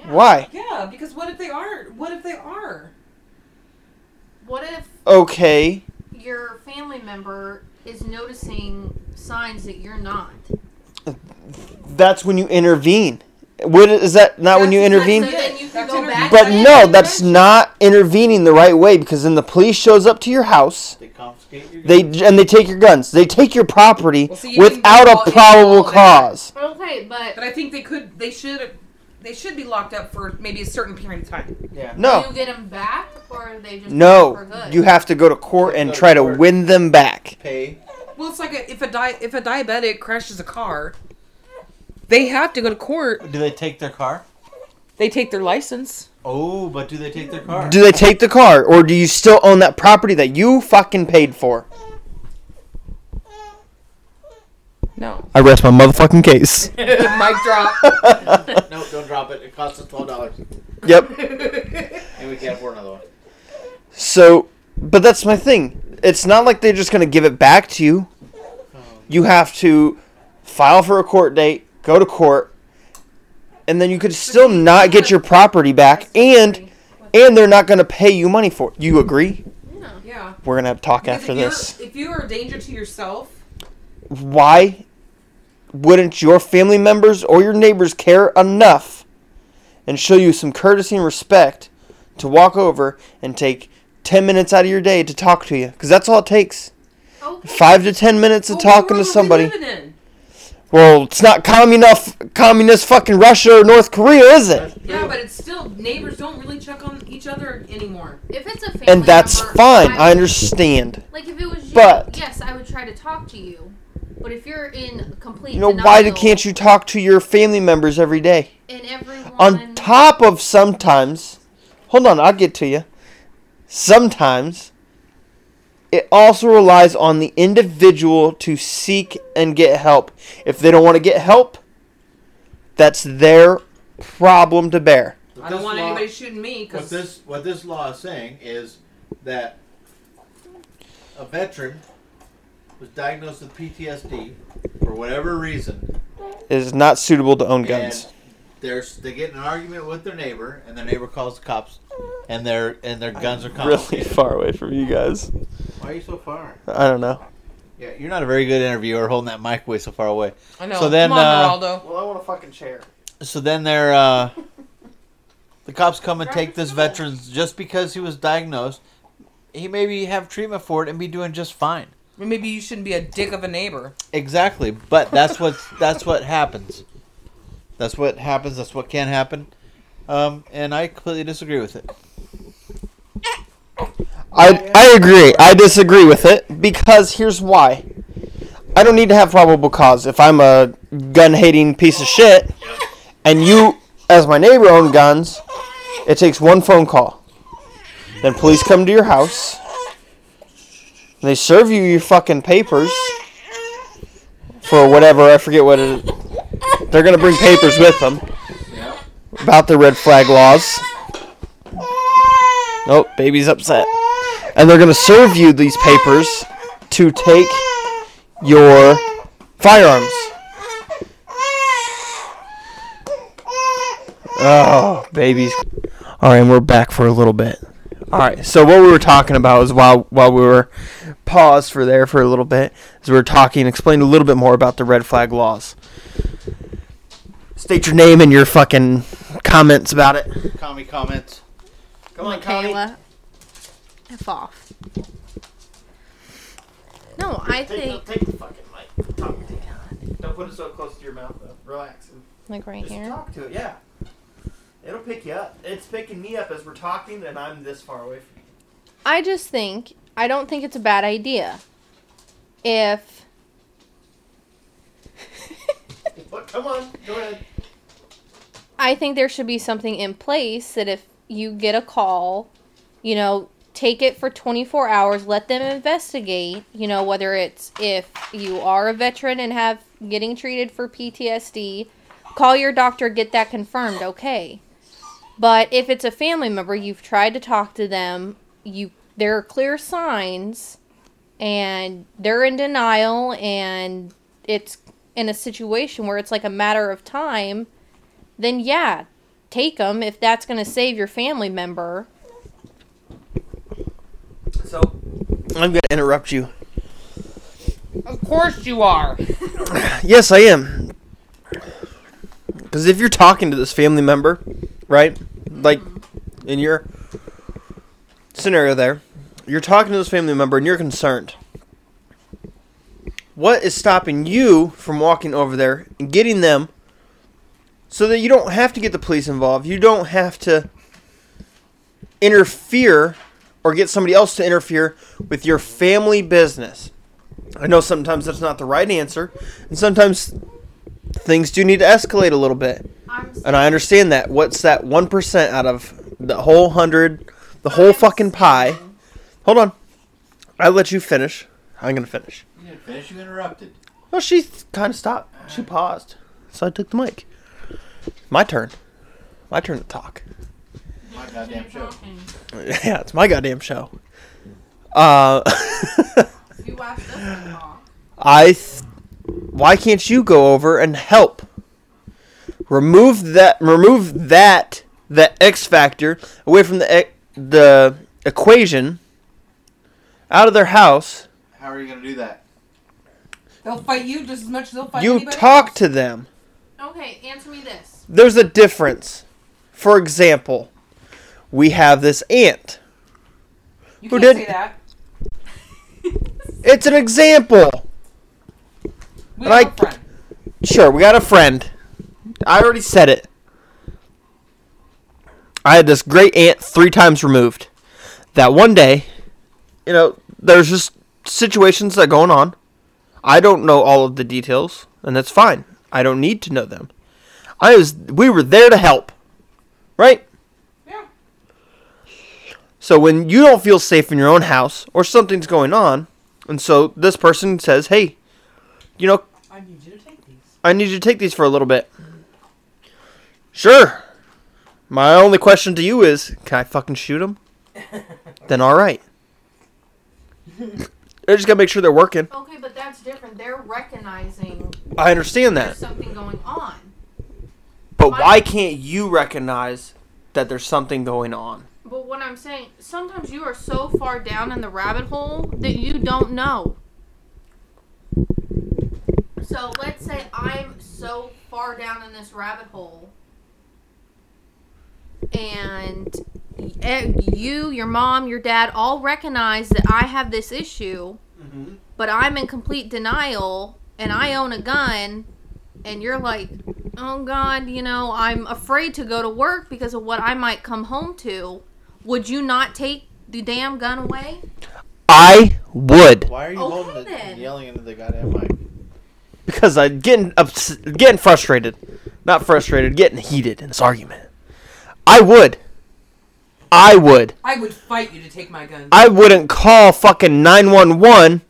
Speaker 4: Yeah.
Speaker 2: Why?
Speaker 3: Yeah, because what if they are? What if they are?
Speaker 4: What if
Speaker 2: Okay.
Speaker 4: your family member is noticing signs that you're not?
Speaker 2: That's when you intervene. What is that? Not when you
Speaker 4: That's-
Speaker 2: intervene.
Speaker 4: So then you can
Speaker 3: That's
Speaker 4: go
Speaker 3: intervene.
Speaker 4: back.
Speaker 2: But
Speaker 4: to
Speaker 2: no,
Speaker 4: the
Speaker 2: that's
Speaker 4: intervention.
Speaker 2: not intervening the right way because then the police shows up to your house.
Speaker 1: They confiscate your
Speaker 2: They
Speaker 1: guns.
Speaker 2: and they take your guns. They take your property
Speaker 3: Well, see, you didn't
Speaker 2: without
Speaker 3: involve-
Speaker 2: a probable
Speaker 3: involve that.
Speaker 2: cause.
Speaker 4: Okay, but
Speaker 3: But I think they could. They should. They should be locked up for maybe a certain period of time.
Speaker 1: Yeah.
Speaker 4: do
Speaker 2: No,
Speaker 4: you get them back or are they just for
Speaker 2: no,
Speaker 4: good?
Speaker 2: you have to go to court and try to win them back.
Speaker 1: Pay.
Speaker 3: Well, it's like a, if a di- if a diabetic crashes a car, they have to go to court.
Speaker 1: Do they take their car?
Speaker 3: They take their license.
Speaker 1: Oh, but do they take their car?
Speaker 2: Do they take the car, or do you still own that property that you fucking paid for?
Speaker 3: No.
Speaker 2: I rest my motherfucking case.
Speaker 3: Mic drop.
Speaker 1: no, don't drop it. It costs us twelve dollars,
Speaker 2: Yep.
Speaker 1: and we can't afford another one.
Speaker 2: So, but that's my thing. It's not like they're just going to give it back to you.
Speaker 3: Um,
Speaker 2: You have to file for a court date, go to court, and then you could still not get your property back, and and they're not going to pay you money for it. You agree?
Speaker 5: Yeah.
Speaker 3: Yeah.
Speaker 2: We're going to have talk
Speaker 3: Because
Speaker 2: after
Speaker 3: if you're-
Speaker 2: this.
Speaker 3: If you are a danger to yourself,
Speaker 2: Why wouldn't your family members or your neighbors care enough and show you some courtesy and respect to walk over and take 10 minutes out of your day to talk to you? Because that's all it takes.
Speaker 5: Okay.
Speaker 2: five to ten minutes of
Speaker 3: Well, what
Speaker 2: talking to
Speaker 3: world are we
Speaker 2: somebody.
Speaker 3: living in?
Speaker 2: Well, it's not communist, communist fucking Russia or North Korea, is it?
Speaker 3: Yeah, but it's still neighbors don't really check on each other anymore.
Speaker 5: If it's a family
Speaker 2: And that's
Speaker 5: member,
Speaker 2: fine. I
Speaker 5: would-
Speaker 2: understand.
Speaker 5: Like if it was you,
Speaker 2: But-
Speaker 5: yes, I would try to talk to you. But if you're in complete
Speaker 2: You know why do-
Speaker 5: denial
Speaker 2: can't you talk to your family members every day?
Speaker 5: and everyone
Speaker 2: On top of sometimes, hold on, I'll get to you. Sometimes it also relies on the individual to seek and get help. If they don't want to get help, that's their problem to bear.
Speaker 3: I don't
Speaker 1: This
Speaker 3: want
Speaker 1: law-
Speaker 3: anybody shooting me
Speaker 1: What
Speaker 3: because
Speaker 1: this what this law is saying is that a veteran was diagnosed with PTSD for whatever reason,
Speaker 2: It is not suitable to own guns.
Speaker 1: and they're they get in an argument with their neighbor, and their neighbor calls the cops, and their and their guns are
Speaker 2: really
Speaker 1: confiscated.
Speaker 2: far away from you guys.
Speaker 1: Why are you so far?
Speaker 2: I don't know.
Speaker 1: Yeah, you're not a very good interviewer holding that mic way so far away.
Speaker 3: I know.
Speaker 1: So then,
Speaker 3: Come on,
Speaker 1: uh,
Speaker 3: Geraldo.
Speaker 2: Well, I want a fucking chair.
Speaker 1: So then they're uh, the cops come and
Speaker 5: Drive
Speaker 1: take
Speaker 5: it
Speaker 1: this
Speaker 5: to the-
Speaker 1: veteran just because he was diagnosed. He maybe have treatment for it and be doing just fine.
Speaker 3: Maybe you shouldn't be a dick of a neighbor.
Speaker 1: Exactly, but that's what that's what happens. That's what happens. That's what can happen. Um, and I completely disagree with it.
Speaker 2: I, I agree. I disagree with it because here's why. I don't need to have probable cause if I'm a gun hating piece of shit, and you, as my neighbor, own guns. It takes one phone call. Then police come to your house. and they serve you your fucking papers for whatever I forget what it. They're gonna bring papers with them about the red flag laws. Nope, baby's upset. And they're gonna serve you these papers to take your firearms. Oh, babies. All right, and we're back for a little bit. All right, so what we were talking about was while while we were paused for there for a little bit, as we were talking, explained a little bit more about the red flag laws. State your name and your fucking comments about it.
Speaker 1: Commie comments.
Speaker 2: Come
Speaker 5: Michaela, f off. No, I think
Speaker 2: take the fucking mic. Talk to it. Don't put it so close to your mouth, though. Relax. And
Speaker 5: like right here.
Speaker 2: talk to it, yeah. It'll pick you up. It's picking me up as we're talking, and I'm this far away from you.
Speaker 5: I just think I don't think it's a bad idea. If
Speaker 2: But come on, go ahead.
Speaker 5: I think there should be something in place that if you get a call, you know, take it for 24 hours, let them investigate, you know, whether it's if you are a veteran and have getting treated for PTSD, call your doctor, get that confirmed, okay. But if it's a family member, you've tried to talk to them, you there are clear signs and they're in denial and it's in a situation where it's like a matter of time then yeah, take them if that's going to save your family member.
Speaker 2: So, I'm going to interrupt you.
Speaker 3: Of course you are.
Speaker 2: Yes, I am. Because if you're talking to this family member, right? Like, in your scenario there, you're talking to this family member and you're concerned. What is stopping you from walking over there and getting them so that you don't have to get the police involved? You don't have to interfere or get somebody else to interfere with your family business. I know sometimes that's not the right answer, and sometimes things do need to escalate a little bit.
Speaker 5: I'm s-
Speaker 2: And I understand that. What's that 1% out of the whole hundred, the whole fucking pie? Hold on. I let you finish. I'm going to finish.
Speaker 1: You didn't finish. You interrupted.
Speaker 2: Well, she kind of stopped. She paused. So I took the mic. My turn. My turn to talk.
Speaker 1: My my goddamn show.
Speaker 2: yeah, it's my goddamn show. Uh,
Speaker 5: You watched us talk.
Speaker 2: I. Th- why can't you go over and help? Remove that. Remove that. That X factor away from the e- the equation. Out of their house.
Speaker 1: How are you gonna do that?
Speaker 3: They'll fight you just as much as they'll fight
Speaker 2: You
Speaker 3: anybody
Speaker 2: talk
Speaker 3: else.
Speaker 2: to them.
Speaker 5: Okay, answer me this.
Speaker 2: There's a difference. For example, we have this ant.
Speaker 3: You
Speaker 2: who
Speaker 3: can't
Speaker 2: did-
Speaker 3: say that.
Speaker 2: It's an example.
Speaker 3: We
Speaker 2: And I-
Speaker 3: have a friend.
Speaker 2: Sure, we got a friend. I already said it. I had this great aunt three times removed. That one day, you know, there's just situations that are going on. I don't know all of the details, and that's fine. I don't need to know them. I was we were there to help. Right?
Speaker 3: Yeah.
Speaker 2: So when you don't feel safe in your own house or something's going on, and so this person says, "Hey, you know,
Speaker 3: I need you to take these.
Speaker 2: I need you to take these for a little bit. Sure. My only question to you is, can I fucking shoot them? then all right. I just gotta make sure they're working.
Speaker 5: Okay, but that's different. They're recognizing
Speaker 2: I understand
Speaker 5: there's
Speaker 2: that,
Speaker 5: something going on.
Speaker 2: but why can't you recognize that there's something going on?
Speaker 5: But what I'm saying, sometimes you are so far down in the rabbit hole that you don't know. So let's say I'm so far down in this rabbit hole, and eh, you, your mom, your dad all recognize that I have this issue, but I'm in complete denial and I own a gun, and you're like, oh god you know i'm afraid to go to work because of what i might come home to would you not take the damn gun away
Speaker 2: I would,
Speaker 1: Why are you
Speaker 5: Okay,
Speaker 1: holding it
Speaker 5: then.
Speaker 1: and yelling into the goddamn mic?
Speaker 2: because I'm getting ups- getting frustrated, not frustrated, getting heated in this argument. I would. I would.
Speaker 3: I would fight you to take my gun.
Speaker 2: I wouldn't call fucking 911. "Oh,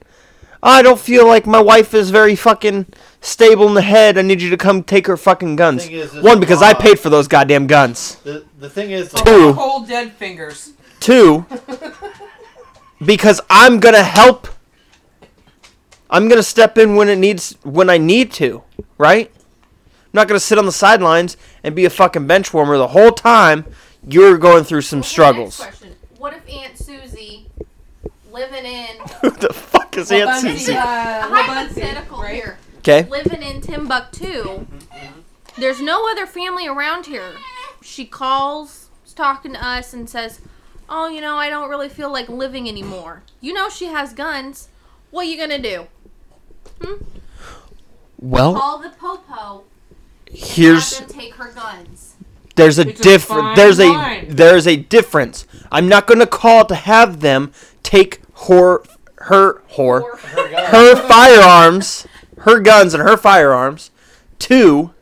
Speaker 2: I don't feel like my wife is very fucking stable in the head. I need you to come take her fucking guns.
Speaker 1: Thing is, this
Speaker 2: One, because I
Speaker 1: law-
Speaker 2: paid for those goddamn guns.
Speaker 1: The the thing is, the-
Speaker 2: Two.
Speaker 3: Cold dead fingers.
Speaker 2: Two, because I'm gonna help. I'm gonna step in when it needs when I need to, right? I'm not gonna sit on the sidelines and be a fucking bench warmer the whole time you're going through some
Speaker 5: Okay,
Speaker 2: struggles.
Speaker 5: next question. what if aunt susie living in
Speaker 2: Who the fuck is Aunt
Speaker 3: Bunty,
Speaker 2: Susie?
Speaker 3: uh, La Bunty,
Speaker 5: hypothetical
Speaker 3: right? Mm-hmm,
Speaker 5: here
Speaker 2: Okay.
Speaker 5: living in timbuktu there's no other family around here she calls is talking to us and says oh you know i don't really feel like living anymore you know she has guns what you gonna do
Speaker 2: Well,
Speaker 5: call the popo
Speaker 2: here's
Speaker 5: have them take her guns.
Speaker 2: There's a
Speaker 3: It's a
Speaker 2: different.
Speaker 3: fine
Speaker 2: There's a
Speaker 3: line.
Speaker 2: there's a difference. I'm not gonna call to have them take her her whore
Speaker 1: her gun.
Speaker 2: her firearms, her guns and her firearms, to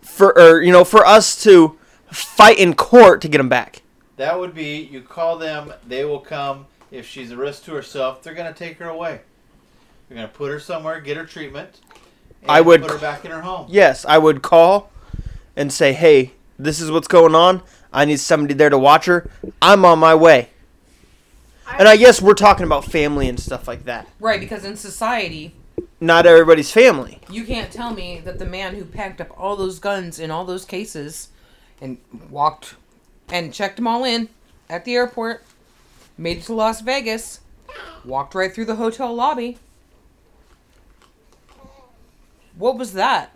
Speaker 2: for or you know for us to fight in court to get them back.
Speaker 1: that would be you call them. They will come. If she's a risk to herself, they're gonna take her away. They're gonna put her somewhere, get her treatment. and
Speaker 2: I would-
Speaker 1: put her back in her home.
Speaker 2: Yes, I would call and say, "Hey, this is what's going on. I need somebody there to watch her. I'm on my way." And I guess we're talking about family and stuff like that.
Speaker 3: Right, because in society,
Speaker 2: Not everybody's family.
Speaker 3: you can't tell me that the man who packed up all those guns in all those cases and walked and checked them all in at the airport, made it to Las Vegas, walked right through the hotel lobby. What was that?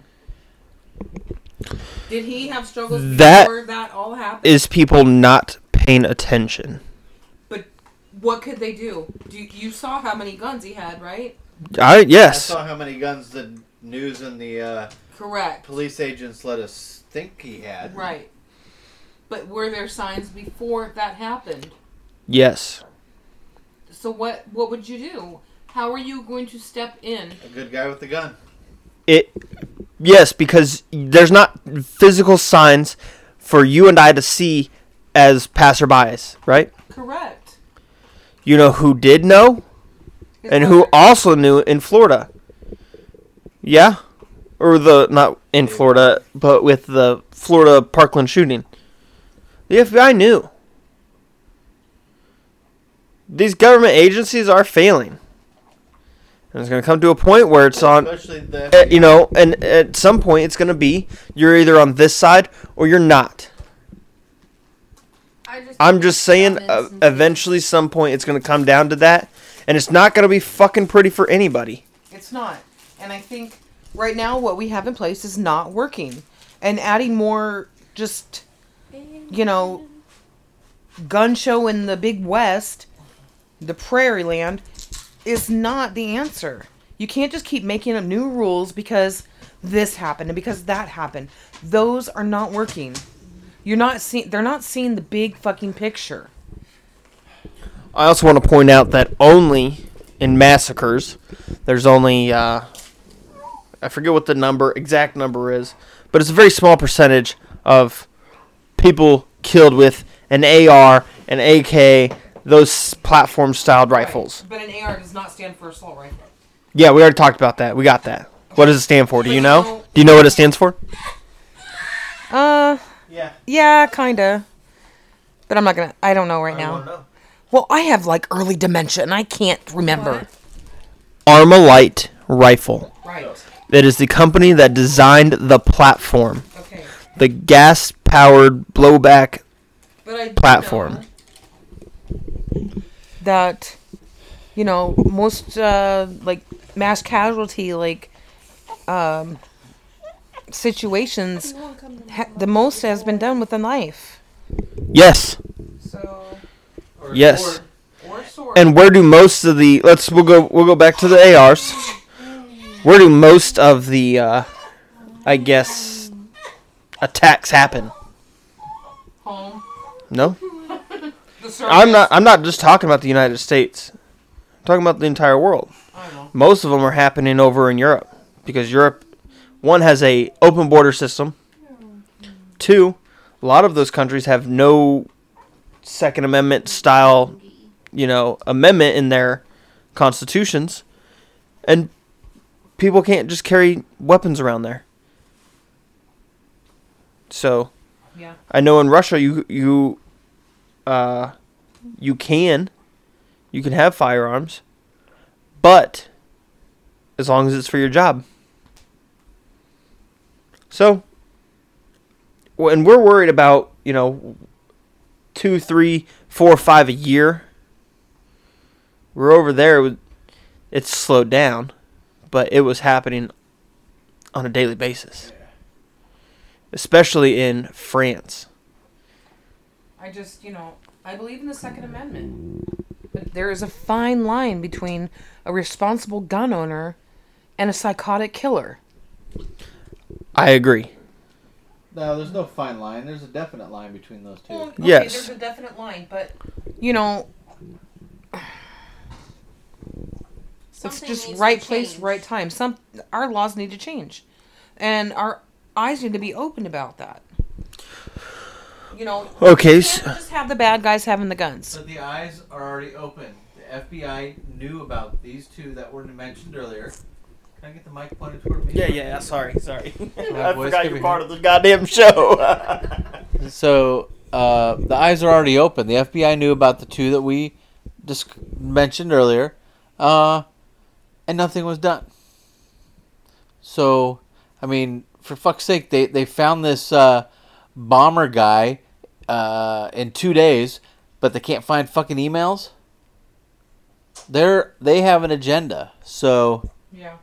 Speaker 3: Did he have struggles
Speaker 2: That
Speaker 3: before that all happened?
Speaker 2: is people not paying attention.
Speaker 3: but what could they do? do? You saw how many guns he had, right?
Speaker 2: I
Speaker 1: I
Speaker 2: yes.
Speaker 1: saw how many guns the news and the uh,
Speaker 3: Correct.
Speaker 1: police agents let us think he had.
Speaker 3: Right. But were there signs before that happened?
Speaker 2: Yes.
Speaker 3: So what what would you do? How are you going to step in?
Speaker 1: A good guy with the gun.
Speaker 2: It yes because there's not physical signs for you and I to see as passerbys, right?
Speaker 3: Correct.
Speaker 2: You know who did know and who also knew in Florida. Yeah? Or the not in Florida, but with the Florida Parkland shooting. The FBI knew. These government agencies are failing. And it's going to come to a point where it's on,
Speaker 1: Especially
Speaker 2: eh,
Speaker 1: the
Speaker 2: you know, and at some point it's going to be you're either on this side or you're not.
Speaker 5: I just
Speaker 2: I'm just saying, uh,
Speaker 5: Comments and-
Speaker 2: eventually, some point it's going to come down to that, and it's not going to be fucking pretty for anybody.
Speaker 3: It's not. And I think right now what we have in place is not working. And adding more just you know gun show in the big west, the prairie land is not the answer. You can't just keep making up new rules because this happened and because that happened. Those are not working. You're not seeing they're not seeing the big fucking picture.
Speaker 2: I also want to point out that only in massacres, there's only uh, I forget what the number exact number is, but it's a very small percentage of people killed with an AR, an AK, those platform styled rifles.
Speaker 3: But an AR does not stand for assault rifle.
Speaker 2: Yeah, we already talked about that. We got that. What does it stand for? Do you know? Do you know what it stands for?
Speaker 3: Uh
Speaker 2: Yeah.
Speaker 3: Yeah, kinda. But I'm not gonna. I don't know right now. Well, I have like early dementia, and I can't remember.
Speaker 2: Armalite rifle.
Speaker 3: Right.
Speaker 2: That is the company that designed the platform,
Speaker 3: Okay.
Speaker 2: the gas powered blowback
Speaker 3: But I do
Speaker 2: platform.
Speaker 3: know that you know most uh, like mass casualty like um, situations, ha- the most has been done with a knife.
Speaker 2: Yes.
Speaker 3: So
Speaker 2: Yes.
Speaker 3: or sword.
Speaker 2: And where do most of the let's we'll go we'll go back to the ARs. Where do most of the uh I guess attacks happen?
Speaker 3: home.
Speaker 2: No?
Speaker 3: The
Speaker 2: I'm not I'm not just talking about the United States. I'm talking about the entire world.
Speaker 3: I know.
Speaker 2: Most of them are happening over in Europe because Europe one has a open border system. Two, a lot of those countries have no second amendment style you know, amendment in their constitutions, and people can't just carry weapons around there. So,
Speaker 3: Yeah.
Speaker 2: I know in Russia you you uh, you can you can have firearms, but as long as it's for your job. So, w- and we're worried about you know two, three, four, five a year. We're over there. with- It's slowed down, but it was happening on a daily basis, especially in France.
Speaker 3: I just, you know, I believe in the Second Amendment. But there is a fine line between a responsible gun owner and a psychotic killer.
Speaker 2: I agree.
Speaker 1: no, there's no fine line. There's a definite line between those two.
Speaker 2: Yes. there's
Speaker 3: a definite line, but you know,
Speaker 5: something
Speaker 3: it's
Speaker 5: needs
Speaker 3: just
Speaker 5: to
Speaker 3: right place,
Speaker 5: change.
Speaker 3: right time. Some our laws need to change, and our eyes need to be open about that. You know,
Speaker 2: Okay,
Speaker 3: you
Speaker 2: s-
Speaker 3: can't just have the bad guys having the guns.
Speaker 1: But the eyes are already open. The FBI knew about these two that were mentioned earlier. Can I get the mic pointed toward me?
Speaker 2: Sorry, sorry.
Speaker 1: I voice forgot you're could be part
Speaker 2: of the goddamn show.
Speaker 1: So uh, the eyes are already open. The FBI knew about the two that we just mentioned earlier, uh, and nothing was done. So, I mean, for fuck's sake, they they found this uh, bomber guy uh, in two days, but they can't find fucking emails. They're they have an agenda, so
Speaker 3: Yeah.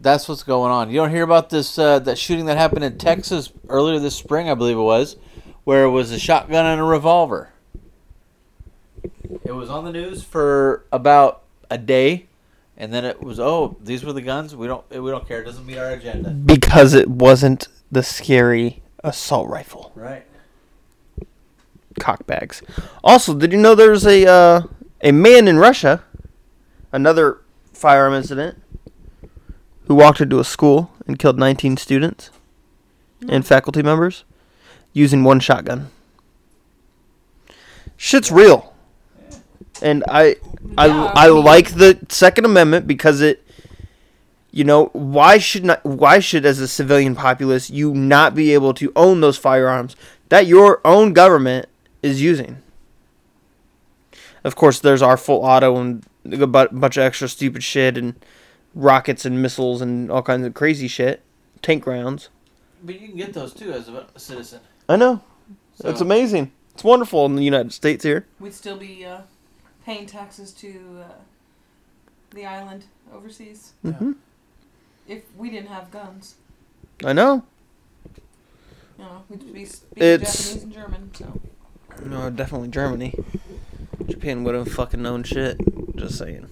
Speaker 1: that's what's going on. You don't hear about this uh, that shooting that happened in Texas earlier this spring, I believe it was, where it was a shotgun and a revolver. It was on the news for about a day, and then it was oh these were the guns. We don't we don't care. It doesn't meet our agenda.
Speaker 2: because it wasn't the scary assault rifle
Speaker 1: Right.
Speaker 2: cockbags. Also, did you know there's a uh, a man in Russia, another firearm incident, who walked into a school and killed 19 students and faculty members using one shotgun. Shit's real. And I I,
Speaker 3: Yeah,
Speaker 2: I
Speaker 3: I mean-
Speaker 2: like the Second Amendment because it You know, why should not why should as a civilian populace you not be able to own those firearms that your own government is using? Of course, there's our full auto and a bu- bunch of extra stupid shit and rockets and missiles and all kinds of crazy shit, tank rounds.
Speaker 1: But you can get those too as a citizen.
Speaker 2: I know. It's
Speaker 1: So-
Speaker 2: amazing. It's wonderful in the United States here.
Speaker 3: We'd still be uh, paying taxes to uh, the island overseas
Speaker 2: hmm
Speaker 3: if we didn't have guns.
Speaker 2: I know.
Speaker 3: You know, we'd be speaking
Speaker 2: It's-
Speaker 3: Japanese and German. So
Speaker 2: No, definitely Germany. Japan would have fucking known shit. Just saying.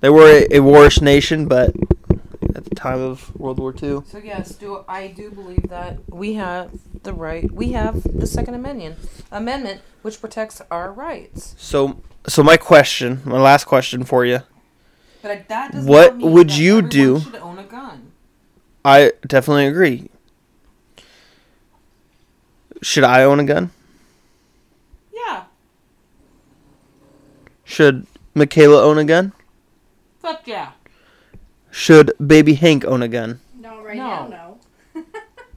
Speaker 2: They were a, a warish nation, but at the time of World War II.
Speaker 3: So yes, do I do believe that we have the right? We have the Second Amendment, amendment which protects our rights.
Speaker 2: So, so my question, my last question for you,
Speaker 3: But that does
Speaker 2: What
Speaker 3: not mean
Speaker 2: would
Speaker 3: that
Speaker 2: you
Speaker 3: everyone
Speaker 2: do-
Speaker 3: Should own a gun.
Speaker 2: I definitely agree. Should I own a gun?
Speaker 3: Yeah,
Speaker 2: Should Michaela own a gun?
Speaker 3: fuck yeah.
Speaker 2: Should baby Hank own a gun?
Speaker 5: No, right
Speaker 3: No.
Speaker 5: now, no.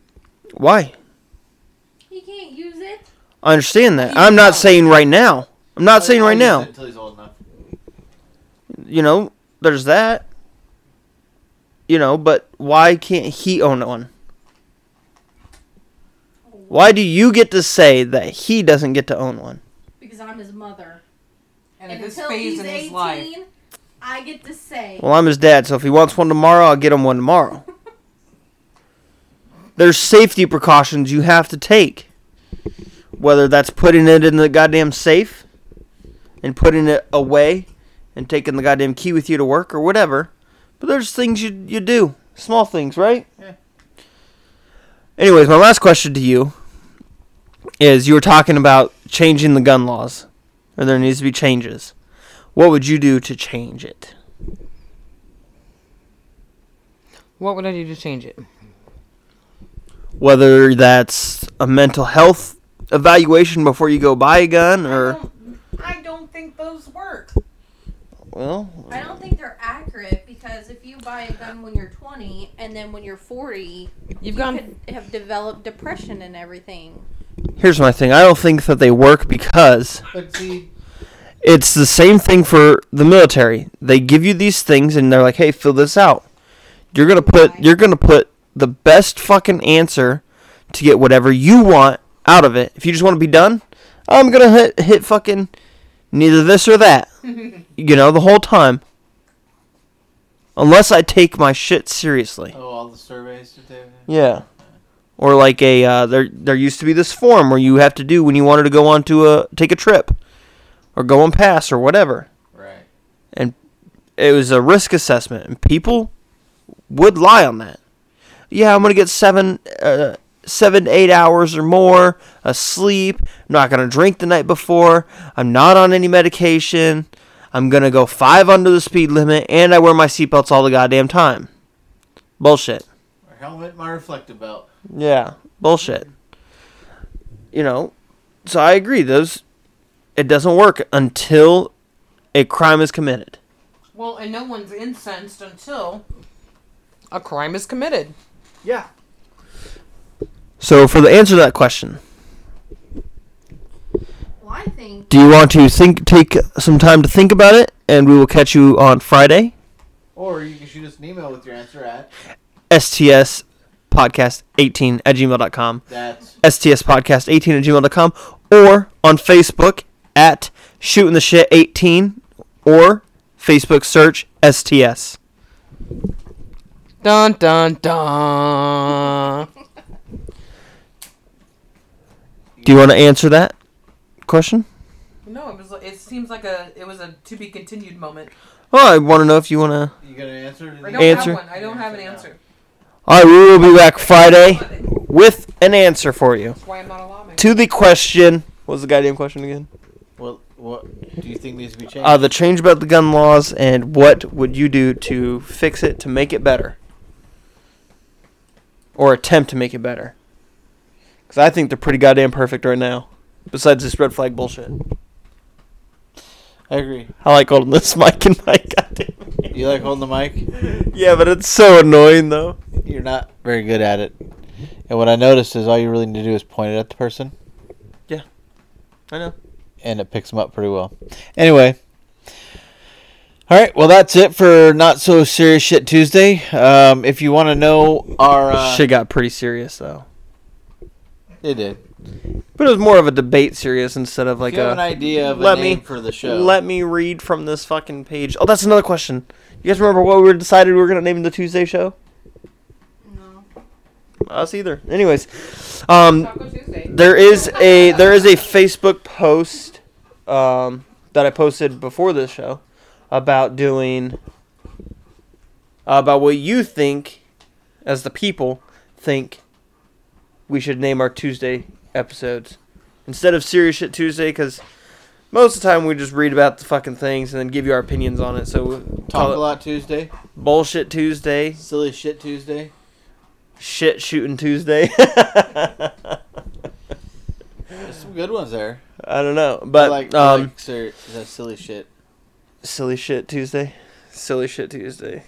Speaker 2: Why?
Speaker 5: He can't use it.
Speaker 2: I understand that. I'm not saying right now. I'm
Speaker 1: Oh,
Speaker 2: not saying right now.
Speaker 1: Until he's old enough.
Speaker 2: you know, there's that. You know, but why can't he own one? Why do you get to say that he doesn't get to own one?
Speaker 5: Because I'm his mother.
Speaker 3: And,
Speaker 5: And
Speaker 3: at this
Speaker 5: until
Speaker 3: phase
Speaker 5: he's
Speaker 3: in his
Speaker 5: 18,
Speaker 3: life,
Speaker 5: I get to say.
Speaker 2: Well, I'm his dad, so if he wants one tomorrow, I'll get him one tomorrow. There's safety precautions you have to take. Whether that's putting it in the goddamn safe and putting it away and taking the goddamn key with you to work or whatever. But there's things you, you do. Small things, right?
Speaker 1: Yeah.
Speaker 2: Anyways, my last question to you is you were talking about changing the gun laws, or there needs to be changes. What would you do to change it?
Speaker 3: what would I do to change it?
Speaker 2: whether that's a mental health evaluation before you go buy a gun
Speaker 3: I
Speaker 2: or
Speaker 3: don't, I don't think those work.
Speaker 2: well
Speaker 5: I don't think they're accurate because if you buy a gun when you're 20 and then when you're 40,
Speaker 3: You've
Speaker 5: you
Speaker 3: gone.
Speaker 5: could have developed depression and everything.
Speaker 2: here's my thing i don't think that they work because
Speaker 1: But see,
Speaker 2: it's the same thing for the military they give you these things and they're like hey fill this out you're gonna put you're gonna put the best fucking answer to get whatever you want out of it if you just want to be done i'm gonna hit, hit fucking neither this or that you know the whole time unless i take my shit seriously
Speaker 1: oh, all the surveys that they
Speaker 2: Yeah. Or like a uh, there there used to be this form where you have to do when you wanted to go on to a take a trip or go on pass or whatever.
Speaker 1: Right.
Speaker 2: It was a risk assessment and people would lie on that. Yeah, I'm going to get 7 uh, 7 to 8 hours or more of sleep. I'm not going to drink the night before. I'm not on any medication. I'm going to go 5 under the speed limit and I wear my seatbelts all the goddamn time. Bullshit.
Speaker 1: My helmet, my reflective belt.
Speaker 2: Yeah, bullshit. You know, so I agree. Those it doesn't work until a crime is committed.
Speaker 3: Well, and no one's incensed until a crime is committed.
Speaker 2: Yeah. So for the answer to that question,
Speaker 5: Well, I think
Speaker 2: do you want to think take some time to think about it and we will catch you on Friday?
Speaker 1: Or you can shoot us an email with your answer at
Speaker 2: STS podcast 18 at gmail.com
Speaker 1: that.
Speaker 2: STS podcast 18 at gmail.com or on Facebook at shooting the shit 18 or Facebook search STS.
Speaker 3: Dun dun dun.
Speaker 2: Do you want to answer that question?
Speaker 3: no, it was. It seems like a. It was a to be continued moment.
Speaker 2: Oh, I want to know if you want to.
Speaker 1: You got an answer?
Speaker 3: I don't
Speaker 2: Answer.
Speaker 3: have one. I don't have an answer.
Speaker 2: All right, we will be back Friday
Speaker 3: That's
Speaker 2: with an answer for you
Speaker 3: why I'm not a lawmaker.
Speaker 2: to the question. What was the goddamn question again?
Speaker 1: Well, what do you think needs to be changed?
Speaker 2: Uh, the change about the gun laws and what would you do to fix it to make it better, or attempt to make it better? Because I think they're pretty goddamn perfect right now. Besides this red flag bullshit,
Speaker 1: I agree.
Speaker 2: I like holding this mic in my goddamn hand.
Speaker 1: You like holding the mic?
Speaker 2: Yeah, but it's so annoying though.
Speaker 1: You're not very good at it. And what I noticed is all you really need to do is point it at the person,
Speaker 2: I know.
Speaker 1: and it picks them up pretty well. Anyway. All right, well, that's it for Not So Serious Shit Tuesday. Um, if you want to know our. Uh,
Speaker 2: Shit got pretty serious though.
Speaker 1: It did.
Speaker 2: But it was more of a debate serious instead of
Speaker 1: Like
Speaker 2: like
Speaker 1: you have an
Speaker 2: a
Speaker 1: idea of
Speaker 2: let
Speaker 1: a name
Speaker 2: me-
Speaker 1: for the show.
Speaker 2: let me read from this fucking page. Oh, that's another question. You guys remember what we were decided we were gonna name the Tuesday show?
Speaker 5: No.
Speaker 2: Us either. Anyways, um,
Speaker 3: Taco Tuesday.
Speaker 2: there is a there is a Facebook post um, that I posted before this show about doing about what you think as the people think we should name our Tuesday episodes instead of serious shit Tuesday because most of the time we just read about the fucking things and then give you our opinions on it. So we
Speaker 1: Talk a
Speaker 2: call it
Speaker 1: lot Tuesday.
Speaker 2: bullshit Tuesday,
Speaker 1: Silly shit Tuesday.
Speaker 2: shit shooting Tuesday.
Speaker 1: There's some good ones there.
Speaker 2: I don't know,
Speaker 1: I
Speaker 2: but
Speaker 1: like, I
Speaker 2: um,
Speaker 1: like ser- that silly shit.
Speaker 2: Silly shit Tuesday. Silly shit Tuesday.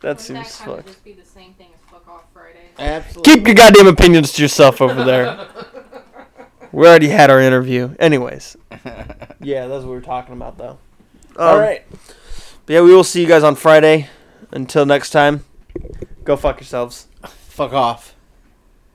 Speaker 2: That seems fucked.
Speaker 5: just be the same thing as fuck off Friday?
Speaker 1: Absolutely.
Speaker 2: Keep your goddamn opinions to yourself over there. we already had our interview. Anyways. Yeah, that's what we were talking about though. All right. But yeah, we will see you guys on Friday. Until next time, go fuck yourselves.
Speaker 1: Fuck off.